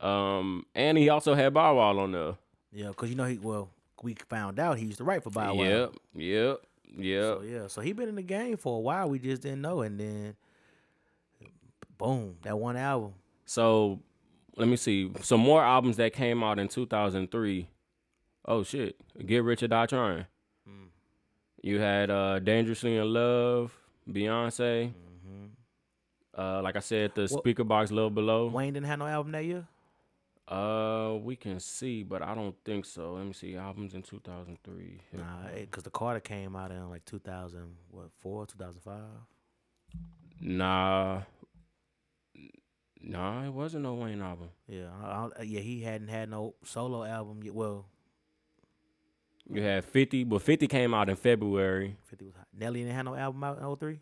S2: um, and he also had Bow Wow on there.
S3: Yeah, because you know he well, we found out he used to write for Bow Wow.
S2: Yep, yep, yep.
S3: So yeah, so he been in the game for a while. We just didn't know, and then boom, that one album.
S2: So let me see some more albums that came out in 2003. Oh shit, Get Rich or Die Trying.
S3: Mm.
S2: You had uh, Dangerously in Love, Beyonce.
S3: Mm-hmm.
S2: Uh, like I said, the speaker box little below.
S3: Wayne didn't have no album that year.
S2: Uh, we can see, but I don't think so. Let me see albums in 2003.
S3: Nah, because the Carter came out in like two thousand what four, two thousand five.
S2: Nah, nah, it wasn't no Wayne album.
S3: Yeah, I, I, don't- yeah, he hadn't had no solo album yet. Well,
S2: You had 50, but 50 came out in February.
S3: Fifty was hot. Nelly didn't have no album out in 03?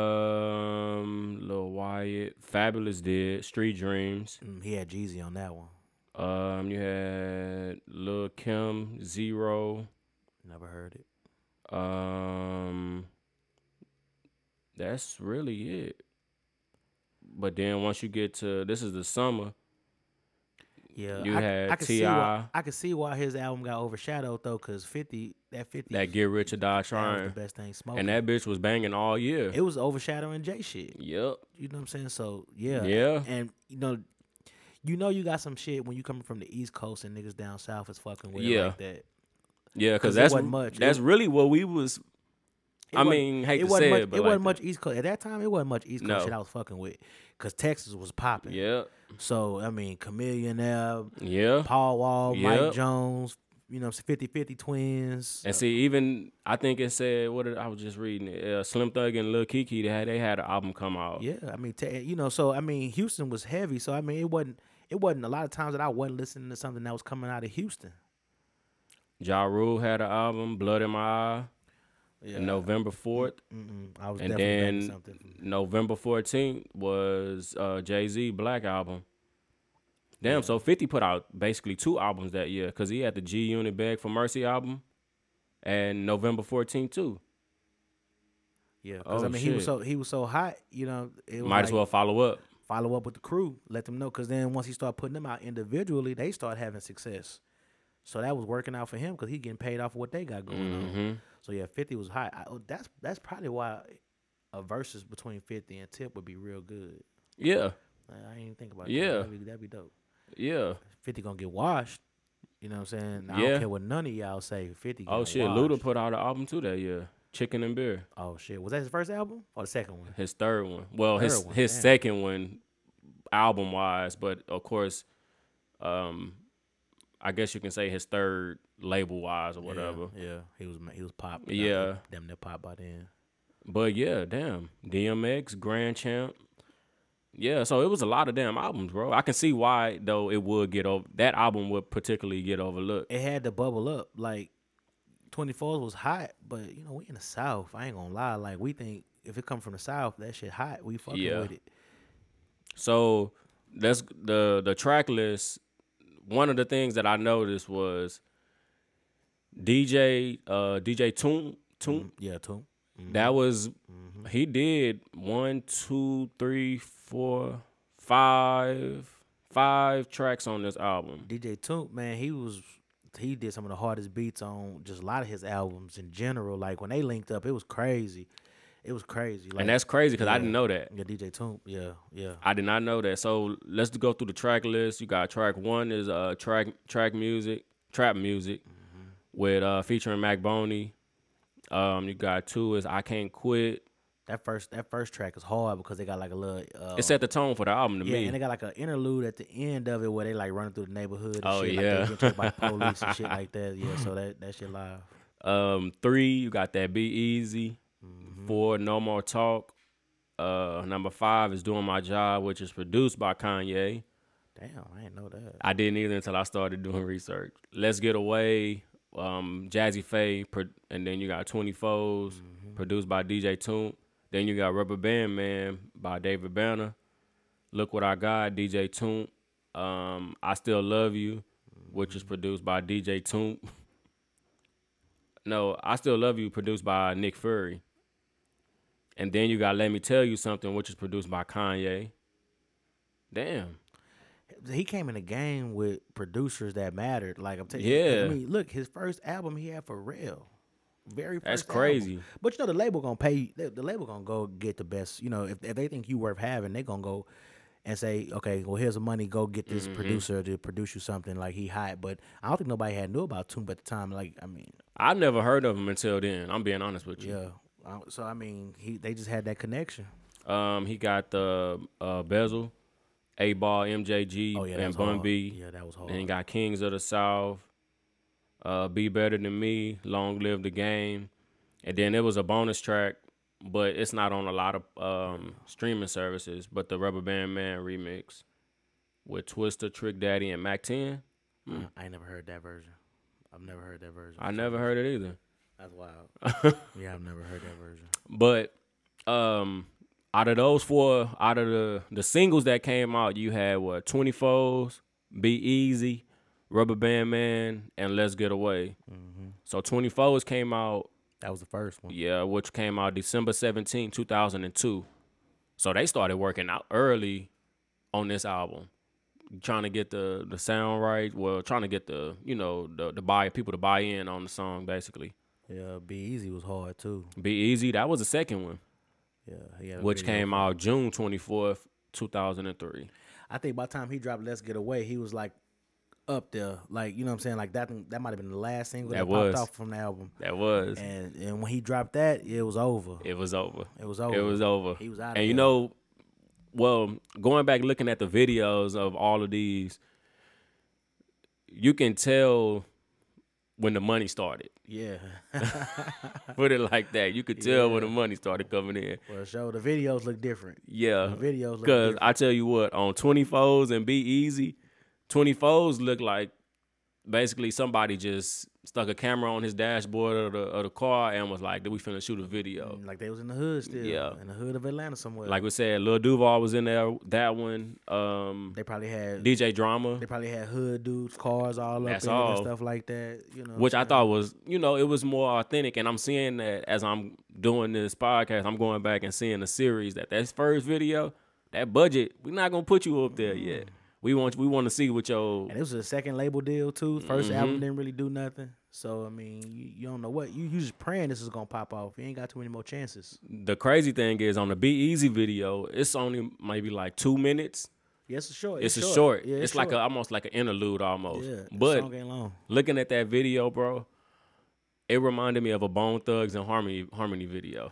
S2: Um, Lil Wyatt, Fabulous did Street Dreams.
S3: Mm, he had Jeezy on that one.
S2: Um, you had Lil Kim Zero.
S3: Never heard it.
S2: Um, that's really it. But then once you get to this is the summer.
S3: Yeah,
S2: You
S3: I, c-
S2: had
S3: I could see why,
S2: T.I..
S3: I could see why his album got overshadowed though, cause Fifty that Fifty
S2: That Get Rich or Die
S3: that was
S2: Trying,
S3: the best thing smoking.
S2: and that bitch was banging all year.
S3: it was overshadowing Jay shit.
S2: Yep.
S3: You know what I'm saying? So yeah,
S2: Yeah.
S3: and you know, you know you got some shit when you coming from the East Coast and niggas down south is fucking with
S2: Yeah.
S3: it like that.
S2: Yeah, because
S3: 'Cause it
S2: that's
S3: wasn't much.
S2: that's
S3: It-
S2: really what we was.
S3: It
S2: I
S3: wasn't-
S2: mean, hate
S3: it
S2: to
S3: wasn't
S2: say
S3: much,
S2: it, but
S3: it wasn't
S2: like
S3: much East Coast at that time. It wasn't much East Coast
S2: No.
S3: shit I was fucking with because Texas was popping.
S2: Yeah.
S3: So I mean, Chameleon, uh,
S2: Yeah.
S3: Paul Wall,
S2: Yep.
S3: Mike Jones, you know, 50-50 twins.
S2: And see, even I think it said what did, I was just reading it. Uh, Slim Thug and Lil Kiki, they had they had an album come out.
S3: Yeah, I mean, te- you know, so I mean, Houston was heavy. So I mean, it wasn't it wasn't a lot of times that I wasn't listening to something that was coming out of Houston.
S2: Ja Rule had an album, Blood in My Eye,
S3: Yeah,
S2: November fourth,
S3: Mm-mm, I was
S2: and
S3: definitely banging
S2: then
S3: something. from-
S2: November fourteenth was uh, Jay Z Black album. Damn, so Fifty put out basically two albums that year because he had the G Unit Beg for Mercy album, and November fourteenth too.
S3: Yeah, because
S2: Oh,
S3: I mean, he
S2: shit.
S3: was so he was so hot. You know, it was
S2: Might as
S3: like,
S2: well follow up.
S3: follow up with the crew, let them know. Because then once he started putting them out individually, they start having success. So that was working out for him because he getting paid off what they got going
S2: Mm-hmm.
S3: on. So yeah, Fifty was hot. I, oh, that's that's probably why a versus between Fifty and Tip would be real good.
S2: Yeah,
S3: I I didn't even think about
S2: Yeah.
S3: that. That'd be, that'd be dope.
S2: yeah.
S3: 50 gonna get washed. You know what I'm saying? I
S2: Yeah.
S3: don't care what none of y'all say. 50
S2: Oh
S3: getting
S2: shit,
S3: washed.
S2: Luda put out an album too that year, Chicken and Beer.
S3: Oh shit. Was that his first album or the second one?
S2: His third one. Well, his
S3: Third one,
S2: his
S3: damn.
S2: second one, album wise, but of course, um, I guess you can say his third label wise or whatever.
S3: Yeah, yeah. he was ma- he was pop.
S2: Yeah.
S3: damn near pop by then.
S2: But yeah, damn, DMX, Grand Champ. Yeah, so it was a lot of damn albums, bro. I can see why though it would get over that album would particularly get overlooked.
S3: It had to bubble up. Like 24s was hot, but you know we in the South. I ain't gonna lie. Like we think if it come from the south, that shit hot. We fucking
S2: Yeah.
S3: with it.
S2: So that's the the track list. One of the things that I noticed was DJ uh DJ Toon Toon.
S3: Yeah, too.
S2: That was
S3: Mm-hmm.
S2: he did one, two, three, four, five, five tracks on this album.
S3: DJ Toon, man, he was he did some of the hardest beats on just a lot of his albums in general. Like when they linked up, it was crazy. It was crazy. Like,
S2: And that's crazy because I
S3: Yeah.
S2: didn't know that.
S3: yeah, DJ Toon. Yeah, yeah.
S2: I did not know that. So let's go through the track list. You got track one is uh track track music, trap music,
S3: Mm-hmm.
S2: with uh featuring Mac Boney. Um, you got two is I Can't Quit.
S3: That first that first track is hard because they got like a little uh,
S2: It set the tone for the album to
S3: yeah,
S2: me.
S3: and they got like an interlude at the end of it where they like running through the neighborhood. And
S2: Oh,
S3: shit, like,
S2: yeah.
S3: they get
S2: [laughs]
S3: chased by police and shit like that. Yeah, so that that shit live.
S2: um, three you got that Be Easy.
S3: Mm-hmm.
S2: Four No More Talk. Uh, number five is Doing My Job, which is produced by Kanye.
S3: Damn, I didn't know that.
S2: I didn't either until I started doing research. Let's Get Away, um, Jazzy Faye, pro- and then you got 20 Foes, produced by DJ Toon. Then you got Rubber Band Man by David Banner. Look What I Got, DJ Toon. Um, I Still Love You, which is produced by DJ Toon. [laughs] no, I Still Love You, produced by Nick Fury. And then you got Let Me Tell You Something, which is produced by Kanye. Damn.
S3: he came in the game with producers that mattered. Like I'm telling
S2: Yeah.
S3: I mean, look, his first album he had for real. Very first
S2: That's
S3: album.
S2: crazy.
S3: But you know the label gonna pay the, the label gonna go get the best, you know, if, if they think you worth having, they gonna go and say, Okay, well here's the money, go get this
S2: Mm-hmm.
S3: producer to produce you something like he hot. But I don't think nobody had knew about Toon at the time. Like, I mean,
S2: I never heard of him until then. I'm being honest with you.
S3: yeah. I- So I mean, he they just had that connection.
S2: Um, he got the uh, Bezel, A Ball, MJG,
S3: Oh yeah, that
S2: and
S3: was
S2: Bun
S3: hard.
S2: B.
S3: Yeah, that was hard.
S2: Then he got Kings of the South, uh, Be Better Than Me, Long Live the Game. And then it was a bonus track, but it's not on a lot of um, streaming services, but the Rubber Band Man remix with Twister, Trick Daddy, and Mac 10.
S3: I ain't never heard that version. I've never heard that version.
S2: I never heard it either.
S3: That's wild.
S2: [laughs]
S3: yeah, I've never heard that version.
S2: But um out of those four, out of the the singles that came out, you had what, 20 Foes, Be Easy, Rubber Band Man, and Let's Get Away. So 20 Foes came out,
S3: That was the first one.
S2: yeah, which came out December 17, 2002. So they started working out early on this album. Trying to get the the sound right, well, trying to get the you know the the buy people to buy in on the song basically.
S3: Yeah, Be Easy was hard too.
S2: Be easy, that was the second one.
S3: Yeah, he had a
S2: which
S3: video.
S2: came out June 24th, 2003.
S3: I think by the time he dropped "Let's Get Away," he was like up there, like you know what I'm saying. Like that, thing- that might have been the last single that,
S2: That
S3: popped
S2: was.
S3: off from the album.
S2: That was.
S3: And and when he dropped that, it was over.
S2: It was over.
S3: It was over.
S2: It was over.
S3: He was outta
S2: And you
S3: there.
S2: know, well, going back looking at the videos of all of these, you can tell when the money started.
S3: Yeah, [laughs] Uh,
S2: Put it like that. You could tell when the money started coming in.
S3: for sure. The videos look different.
S2: Yeah.
S3: The videos look
S2: Because
S3: different.
S2: I tell you what, on 20 foes and Be Easy, 20 foes look like basically somebody just stuck a camera on his dashboard of the, of the car and was like, we finna shoot a video.
S3: like they was in the hood
S2: Oh.
S3: still.
S2: Yeah.
S3: in the hood of Atlanta somewhere.
S2: Like we said, Lil Duval was in there, that one. Um,
S3: they probably had
S2: DJ Drama,
S3: they probably had hood dudes, cars all up
S2: That's
S3: in it and
S2: all.
S3: stuff like that. You know, what
S2: which I
S3: I'm
S2: thought was, you know, it was more authentic. And I'm seeing that as I'm doing this podcast, I'm going back and seeing the series that that first video, that budget, we're not gonna put you up there yet.
S3: Mm.
S2: We want we want to see what your
S3: And it was a second label deal too. 1st
S2: Mm-hmm.
S3: album didn't really do nothing. So I mean, you, you don't know what you you just praying this is gonna pop off. You ain't got too many more chances.
S2: the crazy thing is on the Be Easy video, it's only maybe like two minutes.
S3: Yes, it's short.
S2: It's, a short.
S3: Yeah,
S2: it's like a,
S3: short.
S2: almost like an interlude almost.
S3: yeah. the
S2: but
S3: song ain't long.
S2: looking at that video, bro, it reminded me of a Bone Thugs and Harmony Harmony video.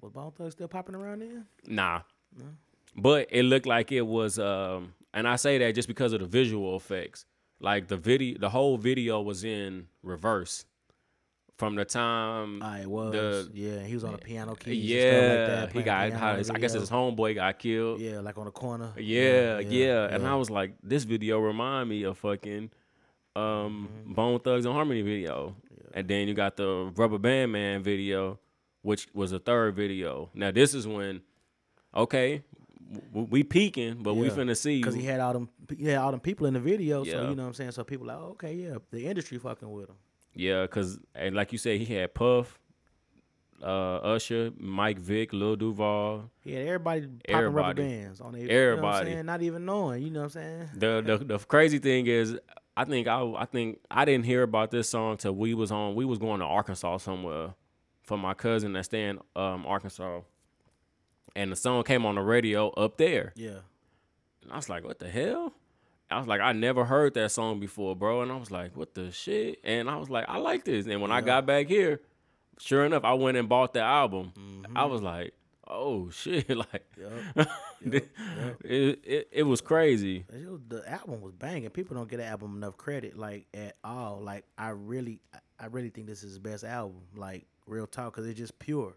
S3: Was Bone Thugs still popping around then?
S2: Nah. But it looked like it was um and I say that just because of the visual effects. Like the video the whole video was in reverse from the time
S3: Ah, it was.
S2: The-
S3: yeah, he was on the piano keys. and stuff like
S2: yeah,
S3: that,
S2: he
S3: playing
S2: got
S3: piano
S2: how,
S3: in the
S2: I guess
S3: video.
S2: his homeboy got killed.
S3: Yeah, like on the corner.
S2: Yeah, yeah. And I was like, this video remind me of fucking um Bone Thugs and Harmony video. And then you got the Rubber Band Man video, which was a third video. Now this is when, okay, w- we peaking, but we
S3: Yeah.
S2: finna see.
S3: Because he had all them, he had all them people in the video. So
S2: Yeah.
S3: you know what I'm saying. So people like, okay, yeah, the industry fucking with him.
S2: Yeah, because and like you said, he had Puff, uh, Usher, Mike Vick, Lil Duval.
S3: He had everybody popping
S2: Everybody.
S3: rubber bands on their, you know what I'm
S2: Everybody.
S3: saying? not even knowing. You know what I'm saying?
S2: The, the the crazy thing is, I think I I think I didn't hear about this song till we was on we was going to Arkansas somewhere for my cousin that stay in um, Arkansas, and the song came on the radio up there.
S3: Yeah.
S2: And I was like, what the hell? I was like, I never heard that song before, bro. And I was like, what the shit? And I was like, I like this. And when I got back here, sure enough, I went and bought the album. I was like, oh [laughs] shit, like It, it it was crazy.
S3: It was- the album was banging. People don't get the album enough credit, like at all. Like I really, I- I really think this is his best album. Like real talk, because it's just pure.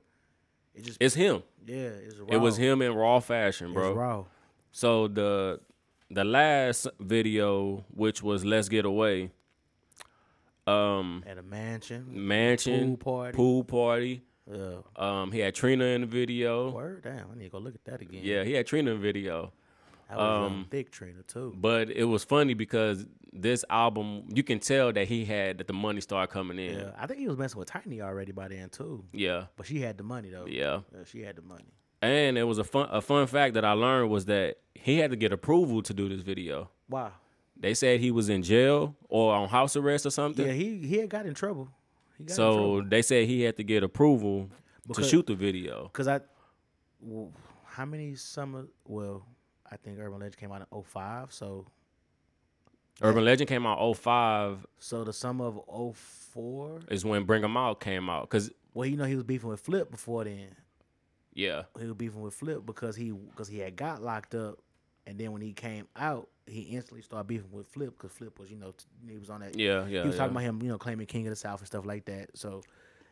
S3: It just
S2: It's him.
S3: yeah, it's raw.
S2: It was him in raw fashion,
S3: It's
S2: bro.
S3: raw.
S2: So the the last video, which was "Let's Get Away," um,
S3: At a mansion.
S2: mansion
S3: Pool party.
S2: pool party.
S3: Uh,
S2: Um, he had Trina in the video.
S3: word damn, I need to go look at that again.
S2: Yeah, he had Trina in the video.
S3: I was um,
S2: um,
S3: thick trainer too.
S2: But it was funny because this album, you can tell that he had that the money started coming in.
S3: Yeah, I think he was messing with Tiny already by then too.
S2: Yeah,
S3: But she had the money though.
S2: yeah.
S3: Yeah, she had the money.
S2: And it was a fun a fun fact that I learned was that he had to get approval to do this video.
S3: Wow.
S2: They said he was in jail or on house arrest or something.
S3: Yeah, he he had got in trouble. He got in trouble.
S2: so they said he had to get approval
S3: Because-
S2: to shoot the video.
S3: Cause I, w- how many summer? Well, I think Urban Legend came out in 05, so
S2: Urban Legend came out 05
S3: so the summer of 04.
S2: is when Bring 'Em Out came out cuz
S3: Well, you know he was beefing with Flip before then.
S2: yeah,
S3: He was beefing with Flip because he because he had got locked up, and then when he came out, he instantly started beefing with Flip because Flip was you know t- he was on that
S2: yeah, yeah.
S3: he was
S2: yeah.
S3: talking about him you know claiming King of the South and stuff like that. So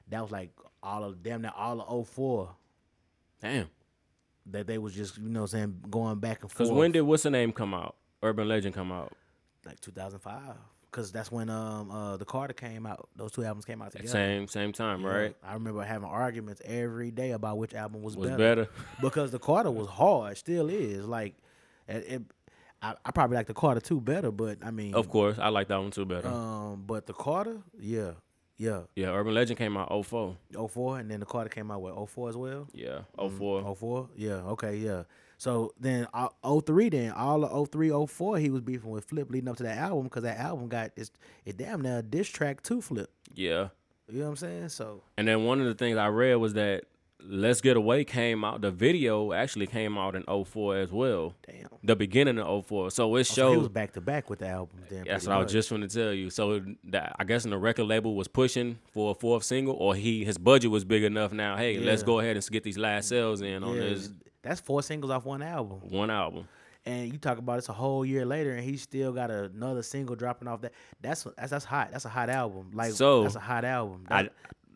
S3: that was like all of damn near all of 04
S2: Damn.
S3: that they was just you know what I'm saying going back and forth.
S2: Cuz when did what's the name come out? Urban Legend come out.
S3: like 2005 because that's when um uh the Carter came out. Those two albums came out together.
S2: Same same time,
S3: Yeah.
S2: right?
S3: I remember having arguments every day about which album was,
S2: Was
S3: better,
S2: better. [laughs]
S3: because the Carter was hard, still is. Like, it, it, I, I probably like the Carter two better, but I mean,
S2: Of course, I like that one too better.
S3: um, but the Carter, yeah, yeah,
S2: yeah, Urban Legend came out 04.
S3: 04, and then the Carter came out with 04 as well.
S2: Yeah,
S3: Mm,
S2: 04.
S3: 04? Oh, Yeah, okay, yeah. So then uh, 03 then all of 03 04 he was beefing with Flip leading up to that album cuz that album got it's it damn near a diss track to Flip.
S2: Yeah.
S3: You know what I'm saying? So
S2: And then one of the things I read was that Let's Get Away came out, the video actually came out in 04 as well.
S3: damn. So
S2: The beginning of 04. So it
S3: he
S2: showed.
S3: was back to back with the album then.
S2: that's
S3: pretty
S2: what I was
S3: much.
S2: just going to tell you. So that, I guess in the record label was pushing for a fourth single, or he his budget was big enough now. Hey, let's
S3: Yeah.
S2: go ahead and get these last sales in on
S3: Yeah,
S2: this
S3: That's four singles off one album.
S2: one album.
S3: And you talk about it's a whole year later and he still got another single dropping off that. That's that's that's hot. That's a hot album. Like
S2: So,
S3: that's a hot album.
S2: I-
S3: That-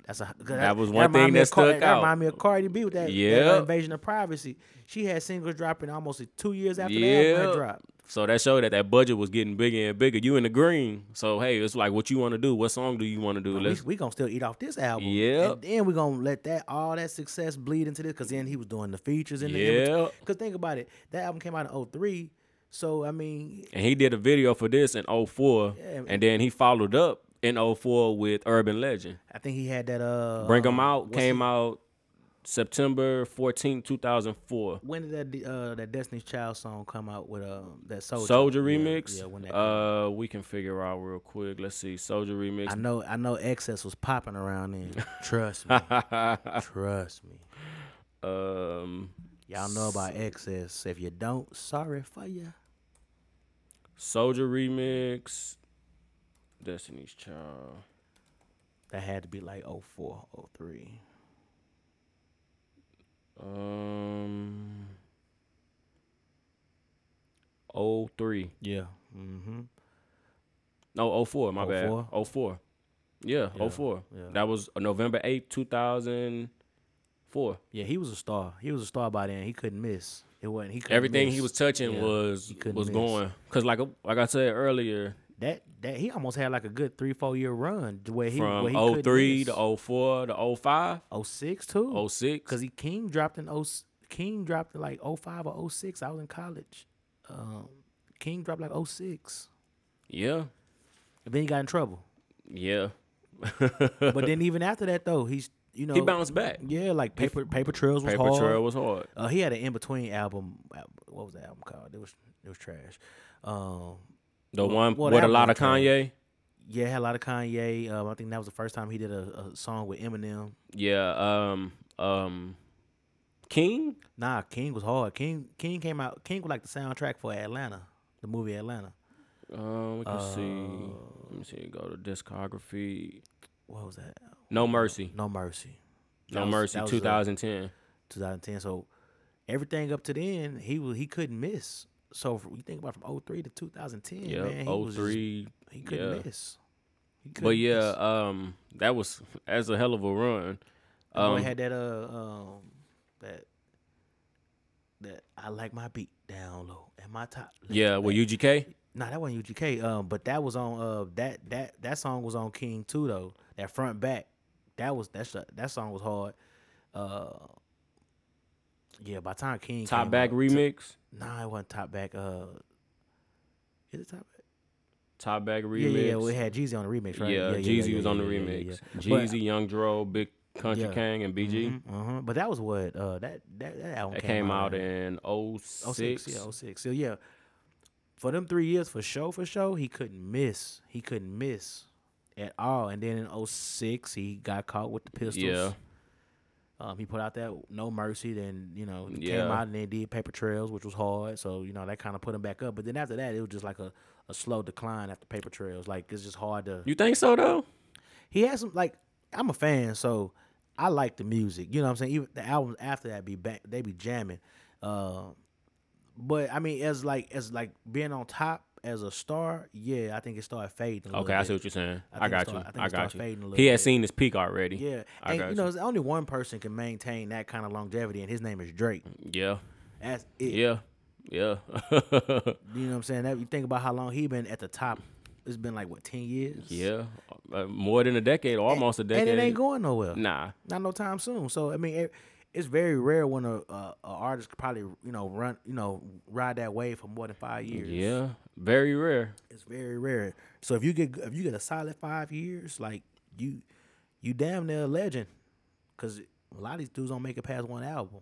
S3: that's a, 'cause
S2: that was one
S3: remind
S2: thing
S3: me
S2: that
S3: of Car-
S2: stuck
S3: That
S2: out.
S3: remind me of Cardi B with that, that
S2: Yeah.
S3: invasion of privacy. She had singles dropping almost two years after the album
S2: Yeah.
S3: had dropped.
S2: So that showed that that budget was getting bigger and bigger. You in the green. So hey, it's like what you want to do. What song do you want to do?
S3: We,
S2: Let's
S3: we gonna still eat off this album.
S2: Yep.
S3: And then we gonna let that all that success bleed into this because then he was doing the features in the
S2: Yep.
S3: Because think about it, that album came out in 03. So I mean,
S2: and he did a video for this in 04
S3: Yeah.
S2: and then he followed up in 04 with urban legend
S3: I think he had that uh
S2: bring 'em out
S3: what's
S2: came
S3: his-
S2: out september 14 2004
S3: When did that uh that Destiny's Child song come out with uh that soldier
S2: soldier
S3: Yeah,
S2: remix
S3: Yeah, when that
S2: uh we can figure out real quick let's see soldier remix
S3: I know I know excess was popping
S2: [laughs]
S3: around then. Trust me. Trust me.
S2: um
S3: Y'all know about excess. If you don't, sorry for ya.
S2: soldier remix destiny's child
S3: That had to be like 04, 03.
S2: um 03
S3: Yeah. Mm-hmm.
S2: No, 04, my bad.
S3: 04?
S2: 04. Yeah,
S3: Yeah,
S2: 04.
S3: yeah.
S2: That was November eighth, two 2004.
S3: Yeah, he was a star. He was a star by then. He couldn't miss. It wasn't he couldn't
S2: Everything
S3: miss.
S2: he was touching
S3: Yeah,
S2: was
S3: he couldn't
S2: was
S3: miss.
S2: going cuz like like I said earlier,
S3: that that he almost had like a good three four year run to where he where
S2: From
S3: he
S2: oh oh
S3: couldn't
S2: three
S3: miss.
S2: to 04 to 05,
S3: 06 too
S2: 06.
S3: because he King dropped in 0, King dropped in like 05 or 06. I was in college. Um, King dropped like 06.
S2: yeah,
S3: And then he got in trouble.
S2: yeah.
S3: But then even after that though, he's you
S2: [laughs]
S3: know
S2: He bounced back.
S3: Yeah, like paper paper trails was
S2: Paper
S3: hard.
S2: Trail was hard.
S3: Uh, he had an in between album. Uh, What was that album called? It was it was trash. Um,
S2: The one
S3: what
S2: with a
S3: album
S2: lot of
S3: was that?
S2: Kanye.
S3: yeah, had a lot of Kanye. Um, I think that was the first time he did a, a song with Eminem.
S2: Yeah. Um. Um. King.
S3: Nah, King was hard. King King came out. King was like the soundtrack for Atlanta, the movie Atlanta.
S2: Uh, we can see.
S3: Uh,
S2: Let me see. Go to discography.
S3: What was that?
S2: No mercy.
S3: No Mercy.
S2: No
S3: That was-
S2: mercy.
S3: that was, uh,
S2: 2010.
S3: 2010. So everything up to then, he was he couldn't miss. So if you think about from 03 to 2010,
S2: yeah.
S3: man, he
S2: Oh
S3: was just-
S2: three.
S3: he couldn't
S2: yeah.
S3: miss. He couldn't
S2: But yeah.
S3: miss.
S2: Um. That was that's a hell of a run.
S3: That boy
S2: Um,
S3: had that uh um that that I like my beat down low and my top. left
S2: Yeah.
S3: back.
S2: With UGK.
S3: Nah, that wasn't UGK. Um, but that was on uh that that that song was on King too though. That front back, that was that that song was hard. Uh, yeah. By the time King
S2: Top
S3: came
S2: back
S3: out-
S2: remix.
S3: Nah, it wasn't top back. Uh, is it top back?
S2: Top back remix.
S3: Yeah, yeah, yeah. We had Jeezy on the remix, right?
S2: Yeah, Jeezy was on the remix. Jeezy, Young Dro, Big Country
S3: Yeah.
S2: King, and BG.
S3: Uh huh. But that was what uh that that that album
S2: That
S3: came, out
S2: in 06.
S3: 06, yeah, 06. So yeah, for them three years, for show, for show, he couldn't miss. He couldn't miss at all. And then in 06, he got caught with the pistols.
S2: Yeah.
S3: Um, he put out that No Mercy, then you know he came
S2: Yeah.
S3: out and then did Paper Trails, which was hard. So you know that kind of put him back up. But then after that, it was just like a, a slow decline after Paper Trails. Like it's just hard to.
S2: You think so though?
S3: He has some like I'm a fan, so I like the music. You know what I'm saying? Even the albums after that be back, they be jamming. Uh, but I mean, as like as like being on top as a star, yeah, I think it started fading. A
S2: Okay,
S3: little
S2: I see
S3: bit.
S2: what you're saying.
S3: I
S2: I,
S3: think it
S2: got
S3: start-
S2: you.
S3: I think
S2: I,
S3: it
S2: got
S3: start fading a
S2: you.
S3: little
S2: He had
S3: bit.
S2: seen his peak already.
S3: Yeah,
S2: I
S3: and
S2: got
S3: you know, there's only one person can maintain that kind of longevity, and his name is Drake.
S2: Yeah.
S3: That's it.
S2: Yeah. Yeah. [laughs]
S3: You know what I'm saying? That, you think about how long he been at the top. It's been like what ten years.
S2: yeah. Uh, more than a decade, almost a decade.
S3: and it ain't going nowhere.
S2: Nah.
S3: not no time soon. So I mean, it, it's very rare when a, a, a artist could probably you know run you know ride that wave for more than five years.
S2: Yeah. Very rare.
S3: it's very rare. So if you get if you get a solid five years, like you you damn near a legend, because a lot of these dudes don't make it past one album.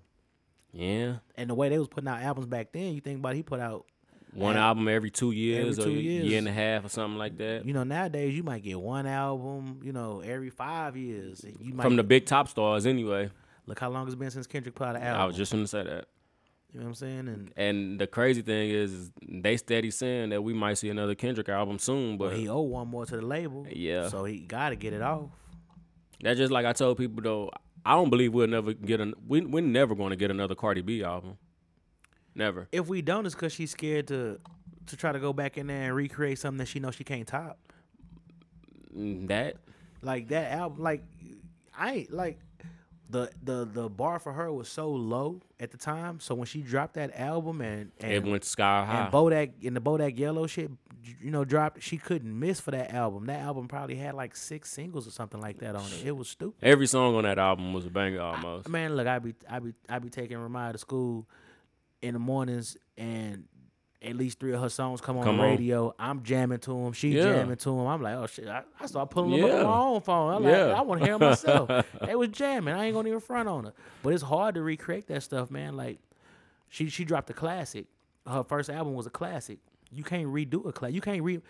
S2: Yeah.
S3: And the way they was putting out albums back then, you think about it, he put out.
S2: One
S3: Nah.
S2: album every two years
S3: two
S2: or a
S3: years.
S2: year and a half or something like that.
S3: You know, nowadays you might get one album, you know, every five years. You might
S2: From the big top stars anyway.
S3: look how long it's been since Kendrick put out an album.
S2: I was just gonna say that.
S3: you know what I'm saying? And
S2: And the crazy thing is, is they steady saying that we might see another Kendrick album soon, but
S3: he owe one more to the label.
S2: Uh, Yeah.
S3: So he got to get it off.
S2: That's just like I told people though. I don't believe we'll never get an. We, we're never going to get another Cardi B album. Never.
S3: If we don't, it's because she's scared to to try to go back in there and recreate something that she knows she can't top.
S2: Mm, That
S3: Like that album, like I ain't like the the the bar for her was so low at the time. So when she dropped that album and and,
S2: it went sky high.
S3: and Bodak and the Bodak Yellow shit, you know, dropped, she couldn't miss for that album. That album probably had like six singles or something like that on it. It was stupid.
S2: Every song on that album was a banger almost.
S3: Man, look, I be I be I be taking Ramaya to school in the mornings, and at least three of her songs come on
S2: Come
S3: the
S2: on.
S3: radio. I'm jamming to them. She
S2: Yeah.
S3: jamming to them. I'm like, oh shit! I, I start pulling them up
S2: Yeah.
S3: on my own phone. I'm like,
S2: Yeah.
S3: I want to hear 'em
S2: [laughs]
S3: myself. they was jamming. I ain't gonna even front on her. But it's hard to recreate that stuff, man. Like she she dropped a classic. Her first album was a classic. You can't redo a classic. You can't re.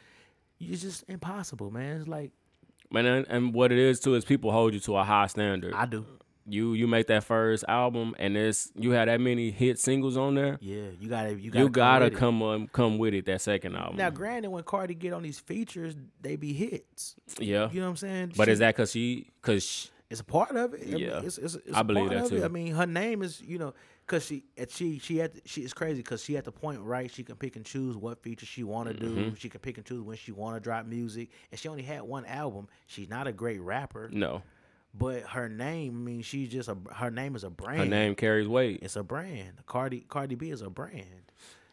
S3: It's just impossible, man. It's like
S2: Man, and, and what it is too is people hold you to a high standard.
S3: I do.
S2: you you make that first album and it's you had that many hit singles on there.
S3: Yeah, you gotta you gotta
S2: You gotta
S3: with it.
S2: come on, come with it that second album.
S3: Now, granted, when Cardi get on these features, they be hits.
S2: yeah.
S3: You know what I'm saying?
S2: but
S3: She-
S2: is that cause she? Cause she,
S3: it's a part of it. I mean,
S2: Yeah.
S3: it's, it's, it's
S2: I
S3: a
S2: believe
S3: part
S2: that
S3: of it.
S2: too.
S3: I mean, her name is you know because she at she she had she is crazy because she at the point right she can pick and choose what features she want to
S2: Mm-hmm.
S3: do. She can pick and choose when she want to drop music, and she only had one album. She's not a great rapper,
S2: no,
S3: but her name. I mean, she's just a her name is a brand.
S2: her name carries weight.
S3: It's a brand. Cardi Cardi B is a brand,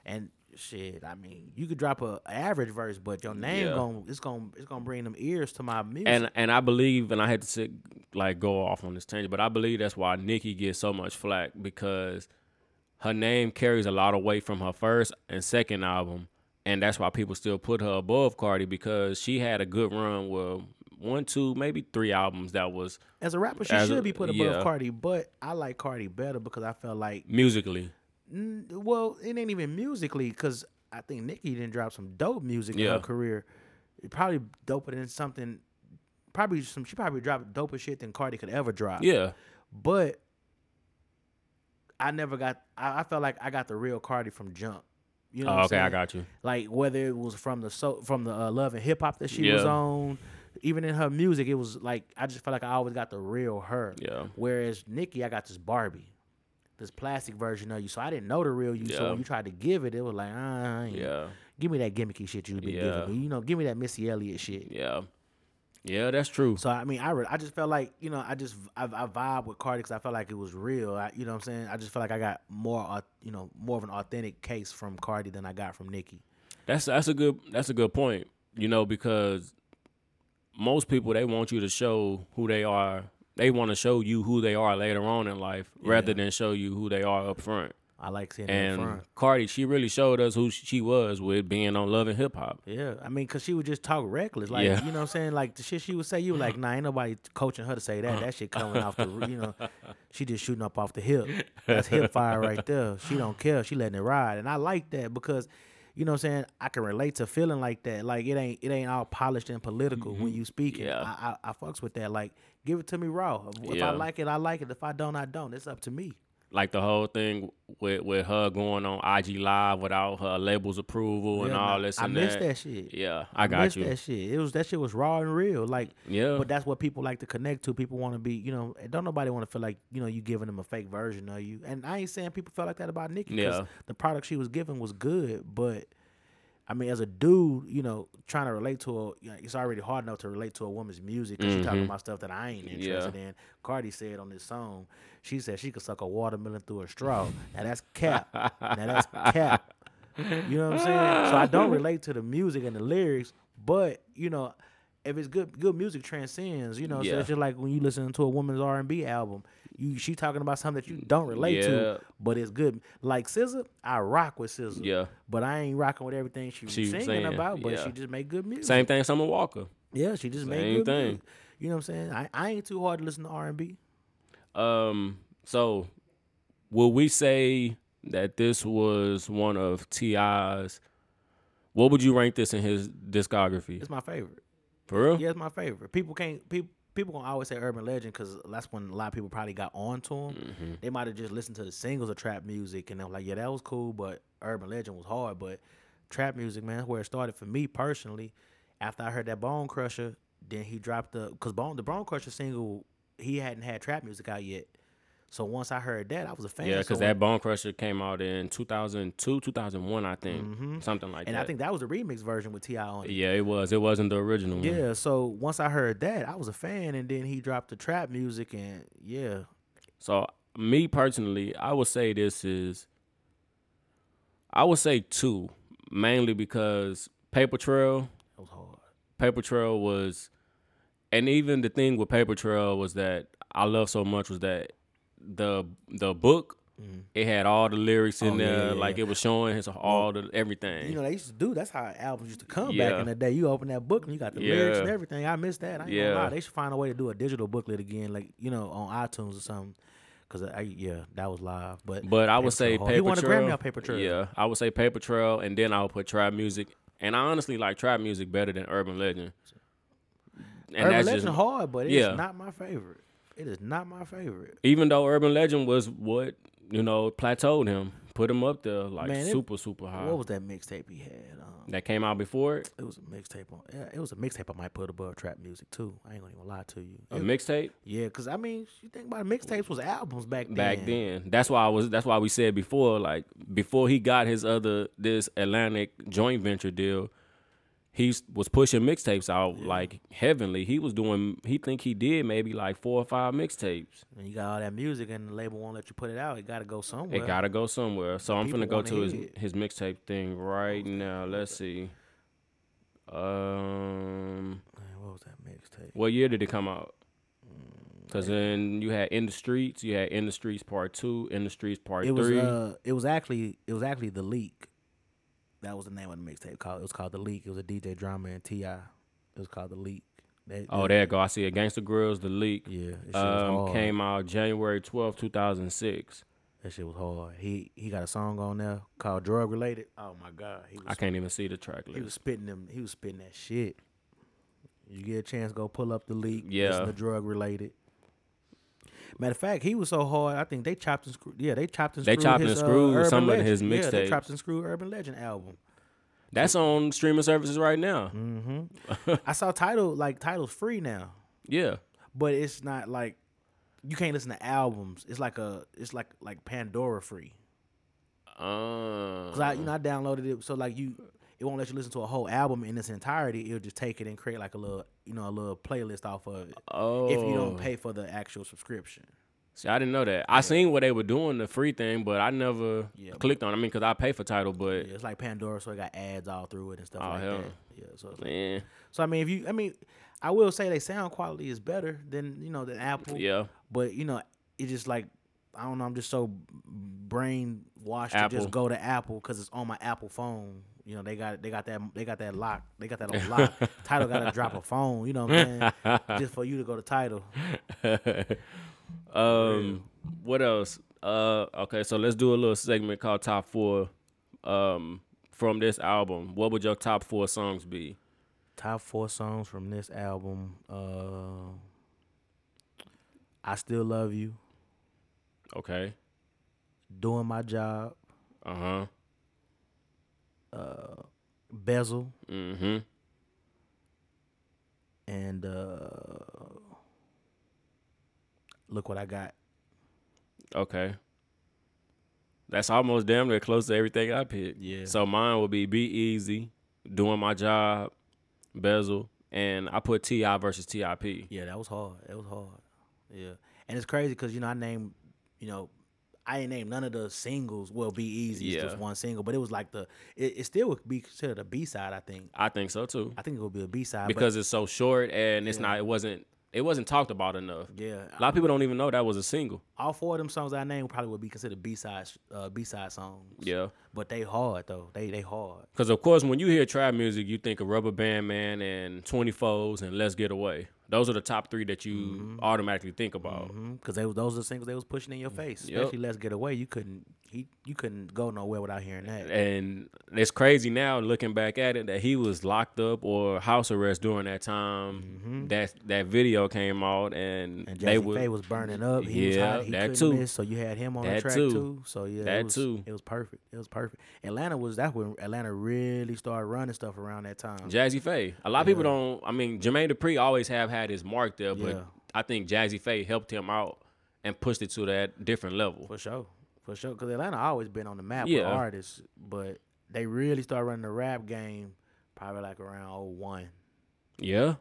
S3: and shit. I mean, you could drop a average verse, but your name
S2: Yeah.
S3: gon' it's gonna it's gonna bring them ears to my music.
S2: and and I believe, and I had to sit, like go off on this tangent, but I believe that's why Nikki gets so much flack because her name carries a lot of weight from her first and second album, and that's why people still put her above Cardi because she had a good run with one, two, maybe three albums that was
S3: as a rapper, she
S2: as
S3: should
S2: a-
S3: be put above
S2: yeah.
S3: Cardi, but I like Cardi better because I felt like
S2: musically.
S3: Mm, well, it ain't even musically because I think Nicki didn't drop some dope music in
S2: Yeah.
S3: her career. It Probably doper than something. Probably some. She probably dropped doper shit than Cardi could ever drop.
S2: Yeah,
S3: But I never got. I, I felt like I got the real Cardi from jump. You know. what
S2: Oh,
S3: I'm
S2: okay, I
S3: saying?
S2: got you.
S3: Like whether it was from the so from the uh, love and hip hop that she was
S2: Yeah.
S3: on, even in her music, it was like I just felt like I always got the real her.
S2: Yeah.
S3: Whereas Nicki, I got this Barbie, this plastic version of you. So I didn't know the real you. So
S2: Yeah.
S3: when you tried to give it, it was like, ah, I ain't-
S2: Yeah,
S3: give me that gimmicky shit you've been
S2: Yeah.
S3: giving me. You know, give me that Missy Elliott shit.
S2: yeah, yeah. That's true.
S3: So I mean, I re- I just felt like you know I just I, I vibe with Cardi because I felt like it was real. I, you know what I'm saying? I just felt like I got more au- you know more of an authentic case from Cardi than I got from Nicki.
S2: That's that's a good that's a good point. You know, because most people they want you to show who they are. They want to show you who they are later on in life, rather than show you who they are up front.
S3: I like seeing that
S2: And
S3: front.
S2: Cardi, she really showed us who she was with being on Love and Hip Hop.
S3: Yeah, I mean, cause she would just talk reckless, like
S2: Yeah.
S3: you know what I'm saying, like the shit she would say. You were like, nah, ain't nobody coaching her to say
S2: Uh-huh.
S3: that. That shit coming off the, you
S2: [laughs]
S3: know, she just shooting up off the hip. That's hip fire right there. She don't care. She letting it ride, and I like that because, you know, what I'm saying, I can relate to feeling like that. Like it ain't it ain't all polished and political when you speaking.
S2: Mm-hmm. Yeah.
S3: I, I I fucks with that. Like give it to me raw. If
S2: Yeah.
S3: I like it, I like it. If I don't, I don't. It's up to me.
S2: Like the whole thing with with her going on IG Live without her label's approval and
S3: Yeah,
S2: all
S3: nah,
S2: this
S3: I
S2: and
S3: miss
S2: that.
S3: that shit.
S2: Yeah, I
S3: I
S2: got
S3: miss
S2: you.
S3: that shit. It was that shit was raw and real. Like
S2: Yeah.
S3: but that's what people like to connect to. People want to be, you know, and don't nobody want to feel like you know you giving them a fake version of you. And I ain't saying people felt like that about Nikki. 'cause
S2: Yeah.
S3: the product she was giving was good, but I mean, as a dude, you know, trying to relate to a, you know, it's already hard enough to relate to a woman's music because she's talking
S2: Mm-hmm.
S3: about stuff that I ain't interested in. Cardi said on this song, she said she could suck a watermelon through a straw. now that's cap. Now that's cap. You know what I'm saying? So I
S2: [laughs]
S3: don't relate to the music and the lyrics, but you know, if it's good, good music transcends. You know, so
S2: Yeah.
S3: it's just like when you listen to a woman's R and B album, you she talking about something that you don't relate to,
S2: Yeah.
S3: but it's good. Like SZA, I rock with SZA.
S2: Yeah.
S3: But I ain't rocking with everything she was
S2: She was
S3: singing
S2: saying,
S3: about, but
S2: yeah.
S3: she just made good music.
S2: Same thing, Summer Walker.
S3: Yeah, she just made
S2: Same
S3: good
S2: thing.
S3: music. You know what I'm saying? I, I ain't too hard to listen to R and B.
S2: Um, so will we say that this was one of T.I.'s? What would you rank this in his discography?
S3: It's my favorite.
S2: For real?
S3: Yeah, it's my favorite. People can't people people gonna always say urban legend because that's when a lot of people probably got on to him.
S2: Mm-hmm.
S3: They might have just listened to the singles of trap music and they're like, yeah, that was cool, but urban legend was hard. But trap music, man, that's where it started for me personally. After I heard that Bone Crusher, then he dropped the because Bone the Bone Crusher single he hadn't had trap music out yet. So once I heard that, I was a fan.
S2: Yeah,
S3: So
S2: because
S3: when-
S2: that Bone Crusher came out in 2002, 2001, I think, something like
S3: Mm-hmm. and
S2: that.
S3: I think that was a remix version with Ti on it.
S2: yeah, it was. It wasn't the original one.
S3: Yeah, so once I heard that, I was a fan, and then he dropped the trap music, and yeah,
S2: So me personally, I would say this is I would say two, mainly because Paper Trail,
S3: that was hard.
S2: Paper Trail was and even the thing with Paper Trail was that I love so much was that the the book it had all the lyrics in
S3: Mm-hmm. Oh, yeah,
S2: there,
S3: yeah,
S2: like
S3: yeah.
S2: it was showing his all the everything.
S3: You know, they used to do. That's how albums used to come back
S2: Yeah.
S3: in the day. You open that book and you got the lyrics and
S2: Yeah.
S3: everything. I miss that. I ain't gonna
S2: Yeah.
S3: lie. They should find a way to do a digital booklet again, like you know, on iTunes or something. Cause I, yeah, that was live. But
S2: But I would
S3: Paper Trail
S2: say
S3: hard.
S2: Paper
S3: He won a
S2: Trail.
S3: Grammy on Paper Trail.
S2: Yeah, I would say Paper Trail, and then I would put trap music. And I honestly like trap music better than Urban Legend. And
S3: Urban
S2: that's
S3: Legend
S2: just
S3: hard, but it's
S2: yeah.
S3: not my favorite. It is not my favorite.
S2: even though Urban Legend was what you know plateaued him, put him up there like
S3: Man, it-
S2: super super high.
S3: What was that mixtape he had? Um,
S2: that came out before it,
S3: it was a mixtape on. Yeah, it was a mixtape I might put above trap music too. I ain't gonna even lie to you.
S2: a mixtape
S3: Yeah, cause I mean, you think about it, mixtapes was albums back then.
S2: back then. That's why I was. That's why we said before, like before he got his other this Atlantic joint venture deal, he s- was pushing mixtapes out like heavenly. He was doing. He think he did maybe like four or five mixtapes.
S3: And you got all that music, and the label won't let you put it out. It got to go somewhere.
S2: It gotta go somewhere. So I'm
S3: people
S2: finna go
S3: wanna
S2: to his
S3: hear it.
S2: his mixtape thing right now. Let's see. Um,
S3: Man, what was that mixtape?
S2: what year did it come out?
S3: Mm,
S2: Cause then you had in the streets, you had in the streets part two, in the streets part
S3: It was
S2: three.
S3: uh, it was actually it was actually the leak. That was the name of the mixtape. Called it was called the leak. It was a DJ Drama and Ti. It was called the leak. That-
S2: oh,
S3: that-
S2: there you go. I see it. Gangsta Grills, the leak.
S3: yeah. That shit was
S2: um,
S3: hard.
S2: came out January twelfth, two thousand six.
S3: That shit was hard. He he got a song on there called Drug Related. Oh my god, he was
S2: I can't even see the track
S3: He was
S2: list.
S3: spitting them. He was spitting that shit. You get a chance, go pull up the leak.
S2: Yeah.
S3: the drug related. Matter of fact, he was so hard. I think they chopped and screwed. Yeah, they chopped and
S2: They
S3: screwed.
S2: chopped and
S3: his, uh,
S2: screwed
S3: Urban
S2: some of
S3: Legend.
S2: his
S3: Yeah, they
S2: mixtapes.
S3: chopped and screwed Urban Legend album. [laughs]
S2: That's on streaming services right now.
S3: Mm-hmm. I saw title like titles free now,
S2: Yeah.
S3: but it's not like you can't listen to albums. It's like a it's like like Pandora free.
S2: Um,
S3: Cause I you know I downloaded it so like you it won't let you listen to a whole album in its entirety. It'll just take it and create like a little you know a little playlist off of it.
S2: oh.
S3: if you don't pay for the actual subscription.
S2: See, I didn't know that. I seen what they were doing the free thing, but I never
S3: Yeah, but-
S2: clicked on. it. I mean, cause I pay for title, but
S3: Yeah, it's like Pandora, so it got ads all through it and stuff
S2: Oh,
S3: like
S2: hell.
S3: that. Yeah, so it's like-
S2: man,
S3: so I mean, if you, I mean, I will say they sound quality is better than you know than Apple.
S2: yeah,
S3: but you know, it's just like I don't know. I'm just so brainwashed to
S2: Apple.
S3: just go to Apple because it's on my Apple phone. You know, they got they got that they got that lock. They got that
S2: [laughs]
S3: on lock. Title got to drop a phone. You know what I'm saying? just for you to go to Title.
S2: um, what else? Uh, okay, so let's do a little segment called Top Four. Um, from this album, what would your top four songs be?
S3: Top four songs from this album. Uh, I still love you.
S2: Okay,
S3: Doing my job.
S2: uh huh,
S3: Bezel
S2: mm-hmm.
S3: and uh look what I got.
S2: Okay, that's almost damn near close to everything I picked.
S3: Yeah.
S2: So mine would be Be Easy, Doing My Job, Bezel, and I put Ti versus Tip.
S3: Yeah, that was hard. It was hard. Yeah. And it's crazy cuz you know I named, you know, I ain't named none of the singles. Well, Be Easy is
S2: Yeah.
S3: just one single, but it was like the it, it still would be considered a B-side, I think.
S2: I think so too.
S3: I think it would be a B-side but
S2: because it's so short and it's not it wasn't it wasn't talked about enough.
S3: yeah,
S2: A lot of people don't even know that was a single.
S3: all four of them songs I named probably would be considered B-side uh, B-side songs.
S2: Yeah.
S3: But they hard though. They they hard.
S2: Cause of course when you hear trap music, you think of Rubber Band Man and Twenty Foes and Let's Get Away. Those are the top three that you
S3: Mm-hmm.
S2: automatically think about.
S3: Because Mm-hmm. they was those are the singles they was pushing in your face,
S2: Yep.
S3: especially "Let's Get Away." You couldn't he you couldn't go nowhere without hearing that.
S2: And it's crazy now looking back at it that he was locked up or house arrest during that time. That that video came out and,
S3: Mm-hmm. And
S2: they
S3: Jazzy
S2: would
S3: Faye was burning up. He was
S2: Yeah,
S3: hot. He
S2: that
S3: couldn't
S2: too.
S3: miss. So you had him on
S2: That
S3: the track
S2: too.
S3: too. So yeah,
S2: That
S3: it was,
S2: too.
S3: It was perfect. It was perfect. Atlanta was that's when Atlanta really started running stuff around that time.
S2: Jazzy Faye. A lot of people don't. I mean, Jermaine Dupri always have had his mark there, but
S3: Yeah.
S2: I think Jazzy Faye helped him out and pushed it to that different level.
S3: for sure, for sure. Because Atlanta always been on the map
S2: Yeah.
S3: with artists, but they really started running the rap game probably like around 01.
S2: Yeah,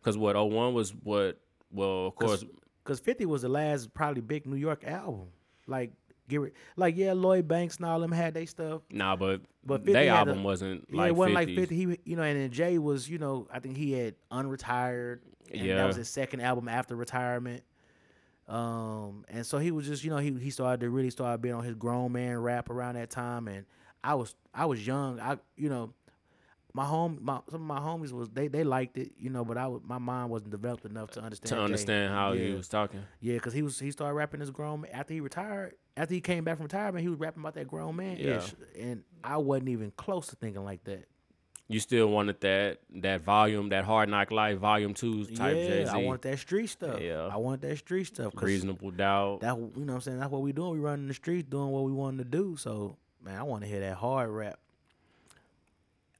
S2: because what 01 was what. Well, of course,
S3: Cause Fifty was the last probably big New York album. Like get rid, like yeah, Lloyd Banks and all them had they stuff.
S2: nah, but
S3: But 50
S2: they
S3: had
S2: album
S3: a-
S2: wasn't
S3: Yeah,
S2: like
S3: it wasn't
S2: 50.
S3: like Fifty. He you know, and then Jay was you know I think he had unretired. And
S2: Yeah.
S3: that was his second album after retirement. Um, and so he was just you know he he started to really start being on his grown man rap around that time, and I was I was young. I you know. My home, my some of my homies was they they liked it, you know, but I was my mind wasn't developed enough to understand
S2: to
S3: Jay.
S2: understand how he
S3: Yeah.
S2: was talking.
S3: Yeah, because he was he started rapping as grown man after he retired. After he came back from retirement, he was rapping about that grown man ish, and I wasn't even close to thinking like that.
S2: You still wanted that that volume, that hard knock life, volume two type
S3: yeah,
S2: Jay
S3: I
S2: Z,
S3: want that street stuff.
S2: Yeah.
S3: I want that street stuff. 'cause
S2: reasonable doubt.
S3: That you know what I'm saying. That's what we doing. We running the streets, doing what we wanted to do. So man, I want to hear that hard rap.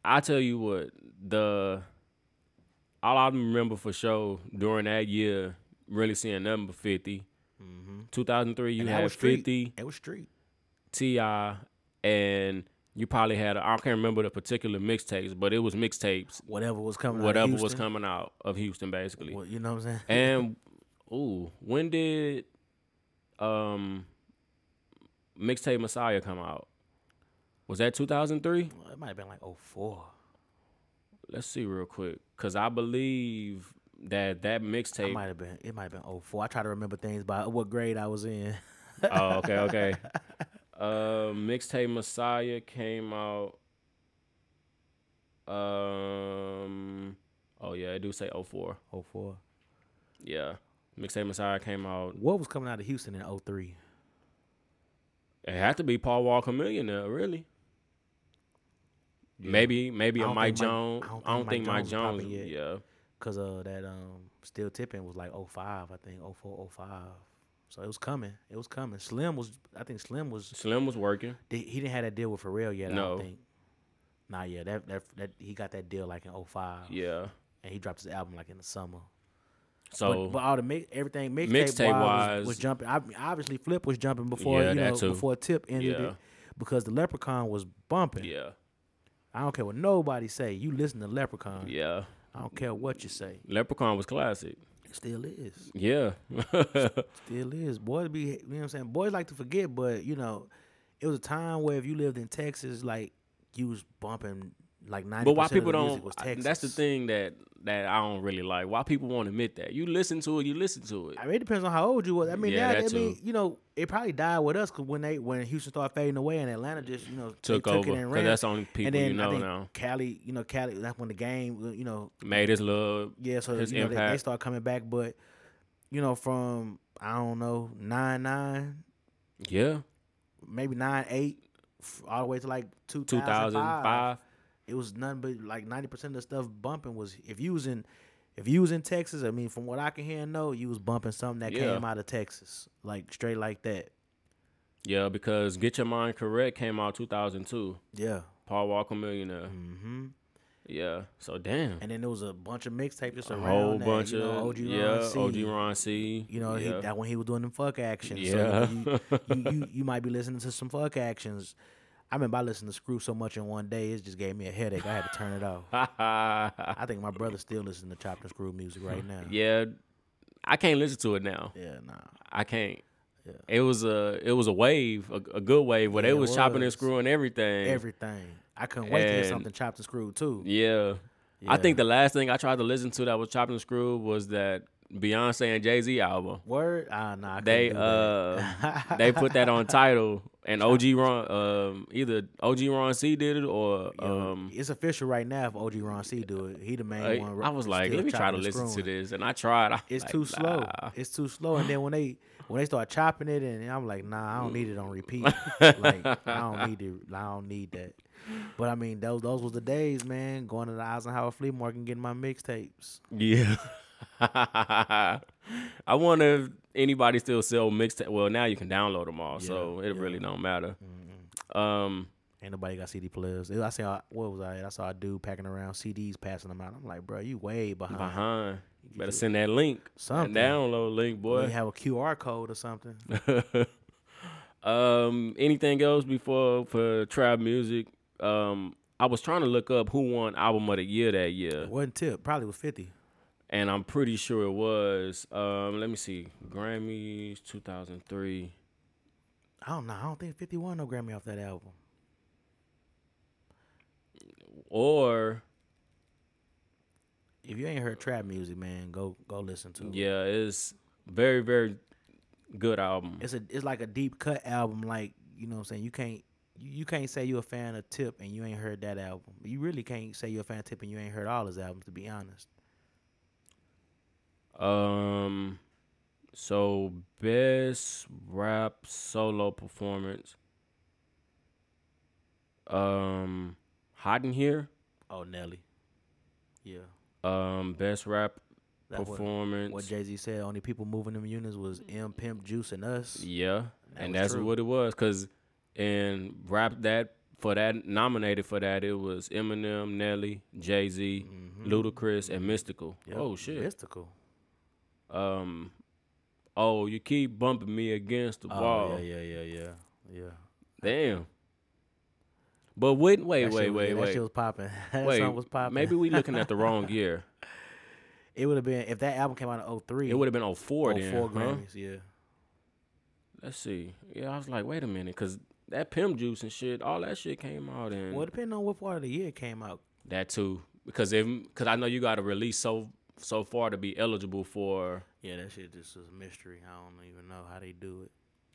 S2: I tell you what, the all I remember for sure during that year, really seeing nothing but 50. 2003, you
S3: Mm-hmm. And that
S2: had
S3: was street.
S2: 50,
S3: It was street.
S2: Ti, and you probably had I I can't remember the particular mixtapes, but it was mixtapes.
S3: Whatever was coming.
S2: Whatever
S3: out of
S2: was
S3: uh, Houston.
S2: coming out of Houston, basically.
S3: Well, you know what I'm
S2: And
S3: saying?
S2: ooh, when did um mixtape Messiah come out? Was that 2003?
S3: Well, it might have been like 04.
S2: Let's see real quick, cause I believe that that
S3: It
S2: mixtape.
S3: might have been. It might have been 04. I try to remember things by what grade I was in. [laughs]
S2: Oh, okay, okay. Uh, mixtape Messiah came out. Um. Oh yeah, I do say 04.
S3: 04.
S2: Yeah, mixtape Messiah came out.
S3: What was coming out of Houston in 03?
S2: It had to be Paul Walker Millionaire, really. Maybe, maybe
S3: I
S2: a
S3: don't
S2: Mike
S3: think Mike-
S2: Jones. I don't, think Mike
S3: was
S2: Jones.
S3: popping yet.
S2: Yeah,
S3: Cause uh that um still tipping was like 05, I think 04, 05. So it was coming. It was coming. Slim was I think Slim was
S2: Slim was working.
S3: di- he didn't have that deal with Pharrell yet, I
S2: No.
S3: don't think. Nah, yeah, that, that that he got that deal like in 05.
S2: Yeah,
S3: And he dropped his album like in the summer.
S2: so
S3: but, but all the mi- everything mixtape
S2: Mixtape
S3: wise was,
S2: wise-
S3: was jumping. I, obviously, Flip was jumping before
S2: Yeah,
S3: you
S2: that
S3: know
S2: too.
S3: before Tip ended
S2: Yeah.
S3: it because the Leprechaun was bumping.
S2: yeah,
S3: I don't care what nobody say. You listen to Leprechaun.
S2: yeah.
S3: I don't care what you say.
S2: Leprechaun was classic.
S3: It still is.
S2: Yeah, [laughs]
S3: Still is. Boys be you know what I'm saying. Boys like to forget, but you know, it was a time where if you lived in Texas, like you was bumping like ninety.
S2: but why
S3: of
S2: people
S3: the music
S2: don't?
S3: Was
S2: I-
S3: Texas.
S2: That's the thing that that I don't really like. Why people won't admit that? You listen to it. You listen to it.
S3: I mean, it depends on how old you was. I mean,
S2: Yeah,
S3: now,
S2: that
S3: I mean,
S2: too.
S3: you know, it probably died with us because when they when Houston started fading away and Atlanta just you know they
S2: Took
S3: took
S2: over
S3: it and
S2: because
S3: ran.
S2: that's the only people
S3: and then
S2: you
S3: I
S2: know
S3: think
S2: now.
S3: Cali, you know, Cali. That's when the game, you know,
S2: Made his love.
S3: yeah. So
S2: His
S3: you know, they, they
S2: impact.
S3: start coming back, but you know, from I don't know nine nine,
S2: Yeah,
S3: maybe nine eight, all the way to like two
S2: two
S3: thousand five.
S2: 2005.
S3: It was nothing but like ninety percent of the stuff bumping was if you was in if you was in Texas, I mean from what I can hear and know, you was bumping something that
S2: Yeah.
S3: came out of Texas. Like straight like that.
S2: Yeah, because Get Your Mind Correct came out 2002.
S3: Yeah.
S2: Paul Walker Millionaire.
S3: hmm
S2: Yeah. So damn.
S3: And then there was a bunch of mixtapes just
S2: a
S3: around
S2: whole
S3: that,
S2: bunch
S3: you know,
S2: of
S3: OG Ron
S2: yeah,
S3: C.
S2: OG Ron C.
S3: You know,
S2: yeah.
S3: he, that when he was doing them fuck actions.
S2: Yeah.
S3: So, you, know, you, you, you, you might be listening to some fuck actions. I remember I listened to Screw so much in one day, it just gave me a headache. I had to turn it off. I think my brother still listens to Chopped and Screw music right
S2: [laughs]
S3: now.
S2: Mm-hmm. yeah, I can't listen to it now.
S3: Yeah, nah.
S2: I can't.
S3: Yeah.
S2: It was a it was a wave, a, a good wave, where
S3: Yeah,
S2: they
S3: it
S2: was, chopping and
S3: was.
S2: screwing everything.
S3: Everything. I couldn't wait to hear
S2: And-
S3: something chopped and screwed too.
S2: yeah. I think the last thing I tried to listen to that was chopping and screwed was that Beyonce and Jay Z album.
S3: Word? Ah, nah. I couldn't
S2: They
S3: do [laughs]
S2: uh
S3: that.
S2: they put that on title and OG Ron um either OG Ron C did it or
S3: Yo,
S2: um
S3: it's official right now. If OG Ron C do it, he the main
S2: Like,
S3: one.
S2: I was like,
S3: still
S2: let me try
S3: chopping
S2: to
S3: and
S2: listen to
S3: screwing.
S2: this, and I tried. [laughs] I
S3: It's
S2: was
S3: too
S2: like,
S3: slow.
S2: nah.
S3: It's too slow. And then when they when they start chopping it, and I'm like, nah, I don't need it on repeat. like I don't need it. I don't need that. But I mean, those those was the days, man. Going to the Eisenhower flea market and getting my mixtapes.
S2: Yeah. [laughs] I wonder if anybody still sell mixtape. Well, now you can download them all, so it really don't matter.
S3: Mm-hmm.
S2: Um,
S3: Ain't nobody got CD players. I saw what was I? at? I saw a dude packing around CDs, passing them out. I'm like, bro, you way behind.
S2: behind. Better send that link.
S3: Uh-huh. Something.
S2: That download link,
S3: You
S2: boy.
S3: have a QR code
S2: [laughs]
S3: or something.
S2: um, anything else before for trap music? Um, I was trying to look up who won album of the year that year.
S3: One tip probably was fifty.
S2: and I'm pretty sure it was. Um, let me see, Grammys 2003.
S3: I don't know. I don't think 51 no Grammy off that album.
S2: Or
S3: If you ain't heard trap music, man, go go listen to it.
S2: yeah, it's very very good album.
S3: It's a it's like a deep cut album. Like you know what I'm saying. You can't you, you can't say you're a fan of Tip and you ain't heard that album. You really can't say you're a fan of Tip and you ain't heard all his albums. To be honest,
S2: Um, so best rap solo performance. Um, hot in here.
S3: oh Nelly, yeah.
S2: Um, best rap
S3: That what-
S2: performance.
S3: What Jay Z said, only people moving them units was M Pimp Juice and us.
S2: Yeah,
S3: That
S2: and
S3: was
S2: that's
S3: true.
S2: what it was. Cause and rap that for that nominated for that it was Eminem, Nelly, Jay Z, Ludacris, and Mystical.
S3: Mm-hmm. Yep.
S2: Oh shit.
S3: mystical.
S2: um. Oh, you keep bumping me against the
S3: Oh,
S2: wall.
S3: yeah, yeah, yeah, yeah, yeah.
S2: Damn. But wouldn't wait,
S3: That shit
S2: wait,
S3: was-
S2: wait,
S3: That
S2: wait,
S3: shit was popping. [laughs] That
S2: wait.
S3: song was popping.
S2: Maybe we looking at the
S3: [laughs]
S2: wrong year.
S3: it would have been if that album came out in 03,
S2: It would have been 04 then.
S3: Oh, four
S2: huh?
S3: Grammys. Yeah.
S2: Let's see. Yeah, I was like, wait a minute, cause that Pimp Juice and shit, all that shit came out in
S3: Well, depending on what part of the year it came out.
S2: that too. Because if, cause I know you got to release so so far to be eligible for.
S3: Yeah, that shit just is a mystery. I don't even know how they do it.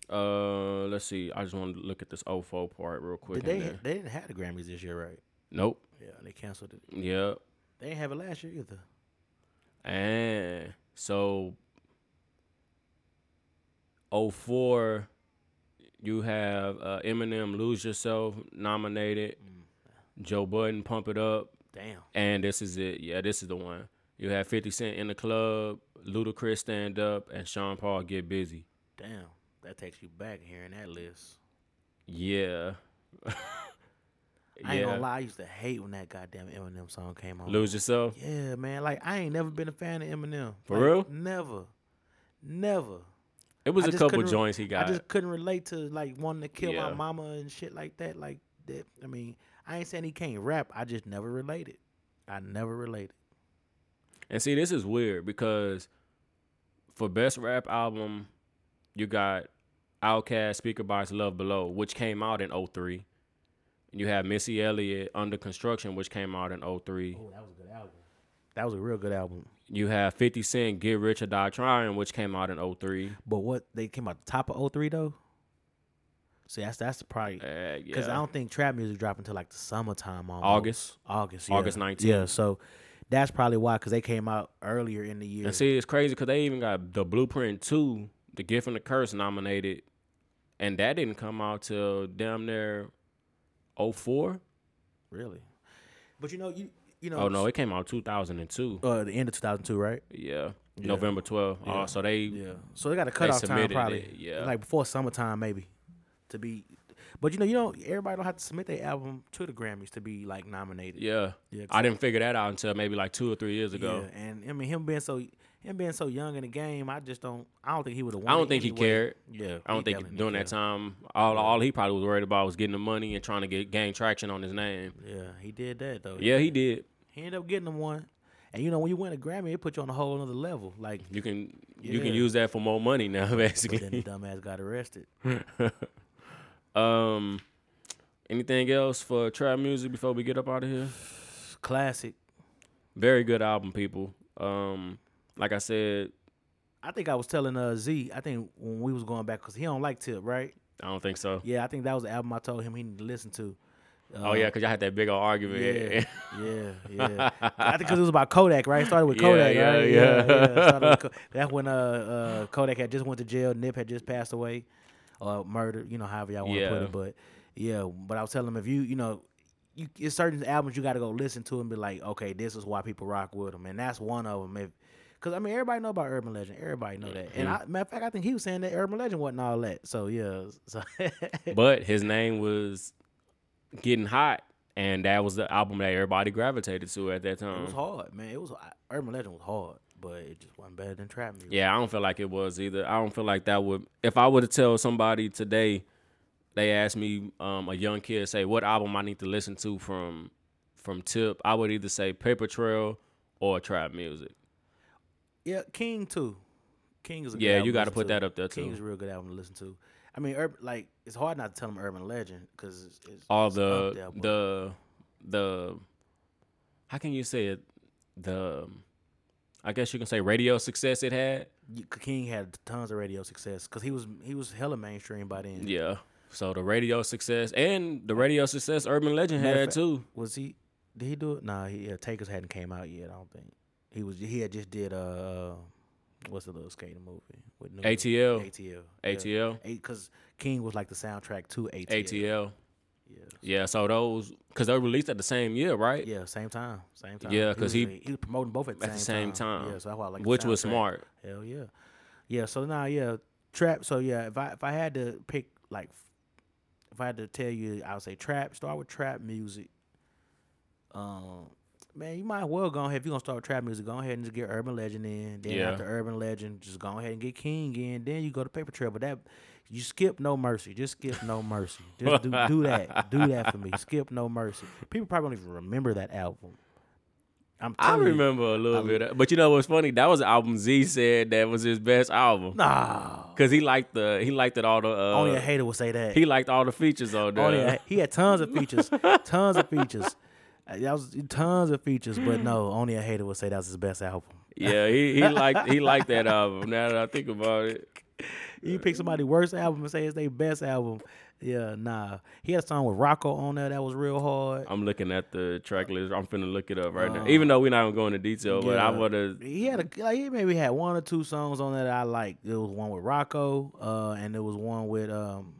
S2: Uh, let's see. I just want to look at this 04 part real quick.
S3: Did
S2: in
S3: they
S2: there.
S3: they didn't have the Grammys this year, right?
S2: Nope.
S3: Yeah, they canceled it.
S2: Yeah.
S3: They didn't have it last year either.
S2: And so 04 you have uh, Eminem Lose Yourself nominated,
S3: Mm.
S2: Joe Budden Pump It Up,
S3: Damn.
S2: and this is it. Yeah, this is the one. You have 50 Cent in the club, Ludacris Stand Up, and Sean Paul Get Busy.
S3: Damn. That takes you back hearing that list.
S2: Yeah.
S3: I ain't
S2: Yeah.
S3: gonna lie, I used to hate when that goddamn Eminem song came on.
S2: Lose Yourself.
S3: Yeah, man. Like I ain't never been a fan of Eminem.
S2: For
S3: Like,
S2: real?
S3: Never. Never.
S2: It was
S3: I
S2: a
S3: just
S2: couple
S3: couldn't re-
S2: joints he got.
S3: I just couldn't relate to like wanting to kill
S2: Yeah.
S3: my mama and shit like that. Like that I mean, I ain't saying he can't rap. I just never related. I never related.
S2: And see, this is weird because for best rap album, you got Outkast, Speaker Box, Love Below, which came out in 03. And You have Missy Elliott, Under Construction, which came out in 03.
S3: that was a good album. That was a real good album.
S2: You have 50 Cent, Get Rich or Die Trying, which came out in 03.
S3: But what they came out the top of 03 though? See, that's that's probably
S2: Uh, yeah.
S3: because I don't think trap music dropped until like the summertime almost.
S2: August.
S3: August, yeah.
S2: August 19.
S3: Yeah, so that's probably why because they came out earlier in the year.
S2: And see, it's crazy because they even got The Blueprint 2, The Gift and the Curse nominated. And that didn't come out till damn near 04.
S3: really, but you know you you know
S2: Oh, no, it came out 2002.
S3: uh, the end of 2002, right?
S2: Yeah. November 12th. Oh, so they
S3: So they got a cutoff time
S2: submitted
S3: probably,
S2: it, yeah.
S3: like before summertime maybe, to be. But you know, you don't. Everybody don't have to submit their album to the Grammys to be like nominated.
S2: yeah.
S3: Yeah, 'cause-
S2: I didn't figure that out until maybe like 2 or 3 years ago.
S3: Yeah, and I mean him being so him being so young in the game, I just don't. I don't think he would have.
S2: I don't think he cared.
S3: Yeah,
S2: I don't think
S3: definitely
S2: during that
S3: didn't
S2: time all all he probably was worried about was getting the money and trying to get gain traction on his name.
S3: care. Yeah, he did that though.
S2: Yeah, he did.
S3: he ended up getting him one. And you know, when you win a Grammy, it put you on a whole another level.
S2: [laughs]
S3: Like
S2: You can you can
S3: Yeah.
S2: use that for more money now [laughs]
S3: then the
S2: basically.
S3: dumbass got arrested.
S2: um anything else for trap music before we get up out of here?
S3: It's classic.
S2: Very good album people. Um like I said,
S3: I think I was telling uh, Z. I think when we was going back because he don't like Tip, right?
S2: I don't think so.
S3: Yeah, I think that was the album I told him he needed to listen to.
S2: oh yeah, cause y'all had that big old argument.
S3: Yeah,
S2: [laughs]
S3: yeah, yeah. I think because it was about Kodak, right? It started with
S2: Yeah,
S3: Kodak,
S2: yeah,
S3: right?
S2: yeah.
S3: it
S2: [laughs]
S3: started with Ko- That's when uh, uh, Kodak had just went to jail. Nip had just passed away, or murdered. You know, however y'all want to put
S2: Yeah.
S3: it. But yeah, but I was telling him if you, you know, you it's certain albums you got to go listen to and be like, okay, this is why people rock with them, and that's one of them. If Cause I mean everybody know about Urban Legend, everybody know that, and I, matter of fact, I think he was saying that Urban Legend wasn't all that. So yeah, so [laughs]
S2: [laughs] but his name was getting hot, and that was the album that everybody gravitated to at that
S3: It
S2: time.
S3: was hard, man. It was Urban Legend was hard, but it just wasn't better than trap music.
S2: Yeah, I don't feel like it was either. I don't feel like that would. If I were to tell somebody today, they asked me, um, a young kid, say what album I need to listen to from from Tip, I would either say Paper Trail or Trap Music.
S3: Yeah, King too. King is a good
S2: Yeah, you
S3: album
S2: gotta
S3: listen
S2: put
S3: to.
S2: that up there,
S3: King
S2: too.
S3: is a real good album to listen to. I mean, Urb like it's hard not to tell them Urban Legend because it's, it's
S2: All
S3: it's
S2: the
S3: up there, but
S2: the the how can you say it the I guess you can say radio success it had.
S3: you- King had tons of radio success because he was he was hella mainstream by then.
S2: Yeah. So the radio success and the radio success Urban Legend
S3: Matter of
S2: had
S3: fact-
S2: too.
S3: Was he? Did he do it? Nah, he, yeah, Takers hadn't came out yet. I don't think he was. He had just did uh, what's the little skating movie with Nudie?
S2: ATL.
S3: ATL, yeah.
S2: ATL.
S3: because King was like the soundtrack to ATL.
S2: ATL.
S3: Yeah.
S2: Yeah, so those cuz they released at the same year, right?
S3: Yeah, same time, same time.
S2: Yeah, 'cause he-
S3: was- he was promoting both at the
S2: At the
S3: same,
S2: same time.
S3: Yeah, so that's why I like the
S2: which was
S3: soundtrack.
S2: smart.
S3: Hell yeah, yeah. So now, yeah, trap. So yeah, if I if I had to pick like, if I had to tell you, I would say trap. Start with trap music. Um, man, you might as well go ahead if you're gonna start with trap music. Go ahead and just get Urban Legend in. Then
S2: Yeah.
S3: after Urban Legend, just go ahead and get King in. Then you go to Paper Trail. But that You skip No Mercy. Just skip No Mercy. Just do,
S2: [laughs]
S3: do that. Do that for me. Skip No Mercy. People probably don't even remember that album. I'm
S2: I
S3: telling you.
S2: remember a little bit, of, but you know what's funny? That was the album Z said that was his best album
S3: Nah.
S2: because he liked the he liked it all the uh,
S3: Only a hater would say that.
S2: he liked all the features on there.
S3: Only a- Oh, he had tons of features. tons of features. Uh, That was tons of features, but no, only a hater would say that was his best album.
S2: yeah, he
S3: [laughs]
S2: he liked he liked that album. Now that I think about it,
S3: You pick somebody's worst album and say it's their best album. Yeah, nah. He had a song with Rocco on there that was real hard.
S2: I'm looking at the track list. I'm finna look it up right now. Even though we're not gonna go into detail, but I
S3: Uh, Yeah.
S2: wanna
S3: He had a like, he maybe had one or two songs on there that I like. There was one with Rocco, uh, and there was one with um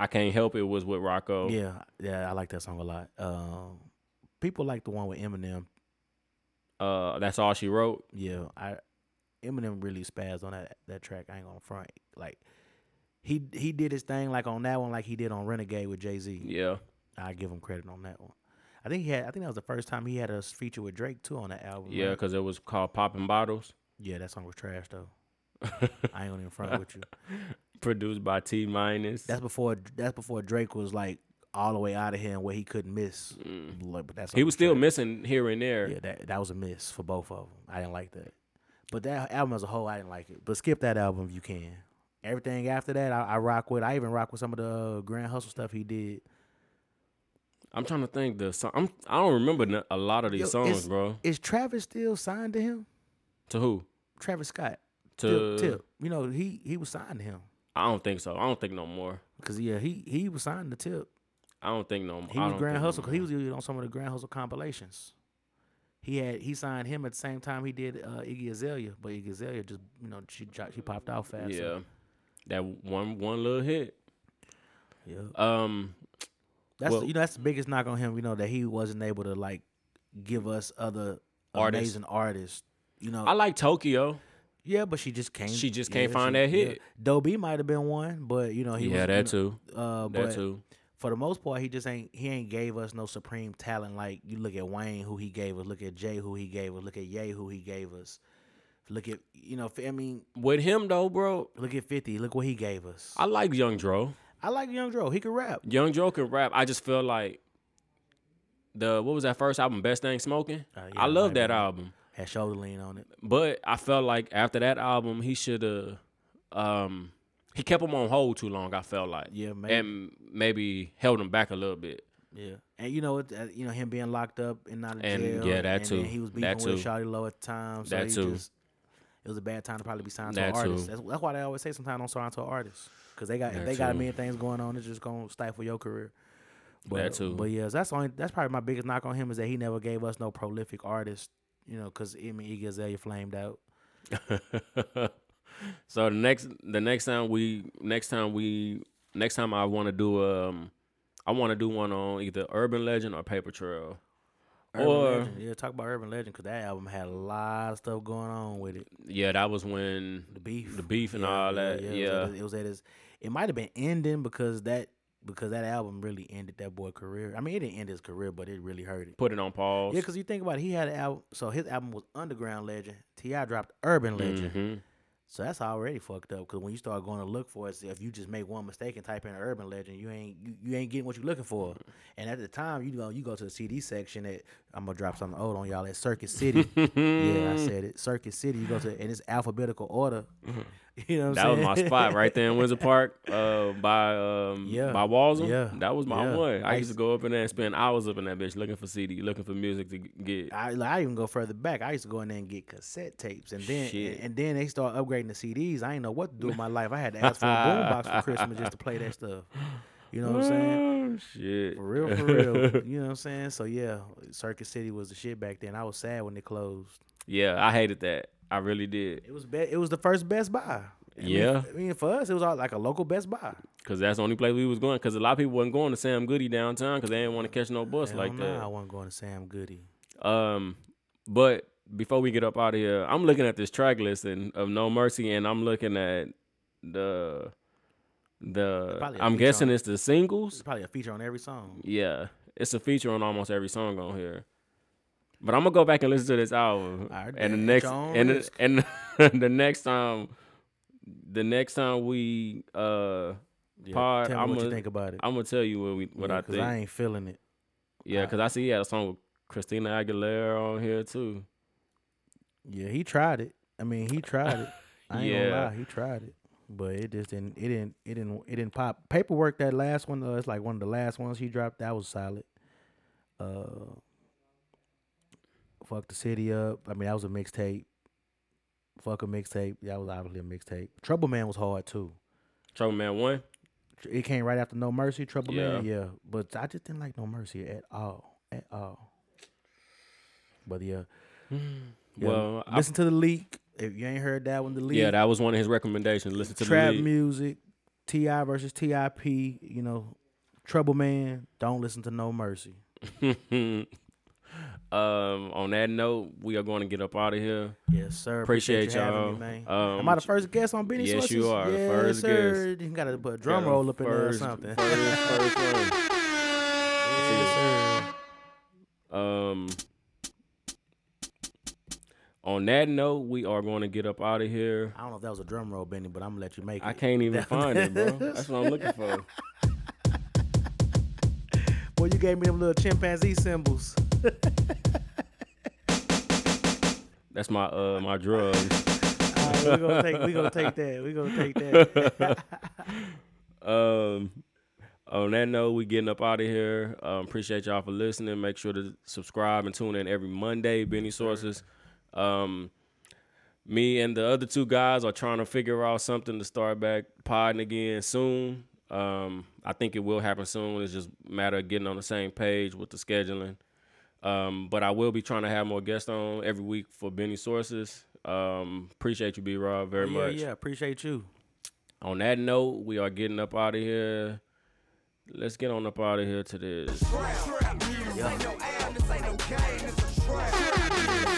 S2: I can't help it was with Rocco.
S3: yeah yeah I like that song a lot. Um, people like the one with Eminem.
S2: Uh, that's all she wrote.
S3: Yeah, I Eminem really spazzed on that that track. I ain't gonna front like he he did his thing like on that one like he did on Renegade with Jay Z.
S2: Yeah,
S3: I give him credit on that one. I think he had. I think that was the first time he had a feature with Drake too on that album.
S2: yeah,
S3: right?
S2: because it was called Popping Bottles, [laughs]
S3: yeah, that song was trash though. I ain't gonna even
S2: [laughs]
S3: front with you.
S2: produced by T Minus.
S3: That's before. That's before Drake was like all the way out of here and where he couldn't miss. Like, but that's
S2: He was still missing here and there.
S3: Yeah, that that was a miss for both of them. I didn't like that. But that album as a whole, I didn't like it. But skip that album if you can. Everything after that, I, I rock with. I even rock with some of the uh, Grand Hustle stuff he did.
S2: I'm trying to think the song. I'm, I don't remember no- a lot of these
S3: Yo,
S2: songs,
S3: is-
S2: bro.
S3: Is Travis still signed to him?
S2: To who?
S3: Travis Scott.
S2: To
S3: Tip, Tip. You know he he was signed to him
S2: I don't think so. I don't think no more.
S3: because yeah he he was signed to Tip.
S2: I don't think no more.
S3: He was Grand Hustle because he was even on some of the Grand Hustle compilations. He had he signed him at the same time he did uh, Iggy Azalea, but Iggy Azalea just you know she dro- she popped out fast. so-
S2: Yeah, that one one little hit.
S3: yeah.
S2: Um,
S3: That's
S2: Well-
S3: the, you know that's the biggest knock on him. You know that he wasn't able to like give us other
S2: Artists.
S3: amazing artists. You know,
S2: I like Tokyo.
S3: yeah, but she just can't.
S2: She just
S3: yeah,
S2: can't find that hit.
S3: Dobie might have been one, but you know he
S2: yeah,
S3: was,
S2: that
S3: you know,
S2: too.
S3: Uh,
S2: That
S3: but
S2: too.
S3: for the most part, he just ain't he ain't gave us no supreme talent. Like you look at Wayne, who he gave us. Look at Jay, who he gave us. Look at Ye, who he gave us. Look at you know, I mean,
S2: With him though, bro,
S3: look at Fifty. Look what he gave us. I,
S2: I like Young Dro.
S3: like Young Dro. He could rap.
S2: Young Dro can rap. I just feel like the what was that first album, Best Thing Smoking.
S3: Uh, yeah,
S2: I love
S3: might
S2: that
S3: be.
S2: album,
S3: Had shoulder lean on it.
S2: but I felt like after that album, he should have. Um, he kept him on hold too long. I felt like.
S3: Yeah, maybe.
S2: And maybe held him back a little bit. [laughs]
S3: Yeah, and you know, it, uh, you know him being locked up and not in
S2: And,
S3: jail.
S2: yeah, that
S3: and
S2: too.
S3: Then he was beefing
S2: That
S3: with
S2: too.
S3: Shawty Low at the time. So
S2: That
S3: he
S2: too.
S3: Just, it was a bad time to probably be signed
S2: That
S3: to an artist.
S2: too.
S3: That's, that's why they always say sometimes don't sign to an artist because they got if
S2: That
S3: they got a
S2: too.
S3: million things going on. It's just gonna stifle your career. But,
S2: That too.
S3: But yes, that's the only that's probably my biggest knock on him is that he never gave us no prolific artist. You know, because I mean, Iggy Azalea flamed out.
S2: so the next the next time we next time we next time I want to do um I want to do one on either Urban Legend or Paper Trail.
S3: Urban
S2: Or-
S3: Legend. yeah, talk about Urban Legend because that album had a lot of stuff going on with it.
S2: Yeah, that was when
S3: the beef,
S2: The beef and all that,
S3: it,
S2: yeah.
S3: was at, it was at his. It might have been ending because that because that album really ended that boy career. I mean, it didn't end his career, but it really hurt it.
S2: put it on pause.
S3: Yeah, because you think about it, he had an album. So his album was Underground Legend. Ti dropped Urban Legend.
S2: Mhm.
S3: So that's already fucked up. Because when you start going to look for it, see, if you just make one mistake and type in Urban Legend, you ain't you, you ain't getting what you're looking for.
S2: Mm.
S3: And at the time, you go you go to the CD section at I'm gonna drop something old on y'all at Circuit City.
S2: [laughs]
S3: yeah, I said it. Circuit City. You go to and it's alphabetical order. [laughs] You know what
S2: Mm-hmm. That
S3: I'm
S2: was my
S3: saying?
S2: spot right there in Windsor Park, uh, by um,
S3: Yeah,
S2: by Walsham.
S3: yeah,
S2: that was my
S3: yeah.
S2: one. I
S3: I
S2: used to
S3: used-
S2: go up in there and spend hours up in that bitch looking for CD, looking for music to g- get.
S3: [laughs] I, like, I even go further back. I used to go in there and get cassette tapes, and then
S2: Shit.
S3: and, then they start upgrading the CDs. I didn't know what to do with my life. I had to ask for a boombox for Christmas just to play that stuff. You know what
S2: [laughs]
S3: I'm saying?
S2: Oh, shit,
S3: For real, for real. you know what I'm saying? So yeah, Circuit City was the shit back then. I was sad when it closed.
S2: yeah, I hated that. I really did.
S3: It was be- it was the first Best Buy. I mean,
S2: Yeah.
S3: I mean for us it was all like a local Best Buy.
S2: Cause that's the only place we was going. Cause a lot of people wasn't going to Sam Goody downtown because they didn't want to catch no bus
S3: Hell
S2: like
S3: nah, I wasn't going to Sam Goody.
S2: that. Um, but before we get up out of here, I'm looking at this track list and of No Mercy, and I'm looking at the the.
S3: Probably a
S2: I'm
S3: feature
S2: guessing
S3: on-
S2: it's the singles.
S3: It's probably a feature on every song.
S2: Yeah, it's a feature on almost every song on here. But I'm gonna go back and listen to this album,
S3: Alright,
S2: and the
S3: then, at
S2: next
S3: your own
S2: and [laughs] the,
S3: risk.
S2: and the next time the next time we uh
S3: Yeah,
S2: pod,
S3: tell me
S2: I'm
S3: what you
S2: gonna
S3: think about it.
S2: I'm gonna tell you what we what
S3: Yeah,
S2: I
S3: 'cause
S2: think.
S3: I ain't feeling it.
S2: yeah, because I see he had a song with Christina Aguilera on here too.
S3: Yeah, he tried it. I mean, he
S2: [laughs]
S3: tried it. I ain't
S2: Yeah.
S3: gonna lie, he tried it, but it just didn't. It didn't. It didn't. It didn't pop. Paperwork. That last one. Uh, it's like one of the last ones he dropped. That was solid. Uh, fuck the city up. I mean, that was a mixtape. Fuck a mixtape. That was obviously a mixtape. Trouble Man was hard too.
S2: Trouble Man One.
S3: Tr- It came right after No Mercy. Trouble Man.
S2: Yeah.
S3: Yeah, but I just didn't like No Mercy at all. At all. But yeah. Yeah,
S2: Hmm. Well, I,
S3: listen to the leak. If you ain't heard that one, the leak.
S2: yeah, that was one of his recommendations. Listen to
S3: trap
S2: the lead.
S3: music, Ti versus Tip. You know, Trouble Man. Don't listen to No Mercy.
S2: um, [laughs] on that note, we are going to get up out of here.
S3: Yes, sir.
S2: Appreciate,
S3: you
S2: y'all.
S3: having me, man.
S2: Um,
S3: Am I the first guest on Benny
S2: yes,
S3: Sources?
S2: you are.
S3: Yes,
S2: First
S3: sir. You got to put a drum
S2: Yeah,
S3: roll up in there or
S2: first-
S3: something. [laughs]
S2: first- first one.
S3: Yes, sir.
S2: Um, on that note, we are going to get up out of here.
S3: I don't know if that was a drum roll, Benny, but I'm gonna let you make it.
S2: I can't even find it, bro. That's what I'm looking for.
S3: Boy, you gave me them little
S2: [laughs]
S3: chimpanzee symbols.
S2: That's my uh my drugs.
S3: All right, we're gonna take. We're gonna take that. We're gonna take that.
S2: Um, on that note, we getting up out of here. Um, appreciate y'all for listening. Make sure to subscribe and tune in every Monday. Benny Sources. Um, me and the other two guys are trying to figure out something to start back podding again soon. Um, I think it will happen soon. It's just a matter of getting on the same page with the scheduling. Um, but I will be trying to have more guests on every week for Benny Sources. Um, appreciate you, B Rob, very
S3: Oh, yeah,
S2: much.
S3: yeah. Appreciate you.
S2: On that note, we are getting up out of here. Let's get on up out of here to this.
S1: Trap music. This ain't no ad, this ain't no game, this is trap.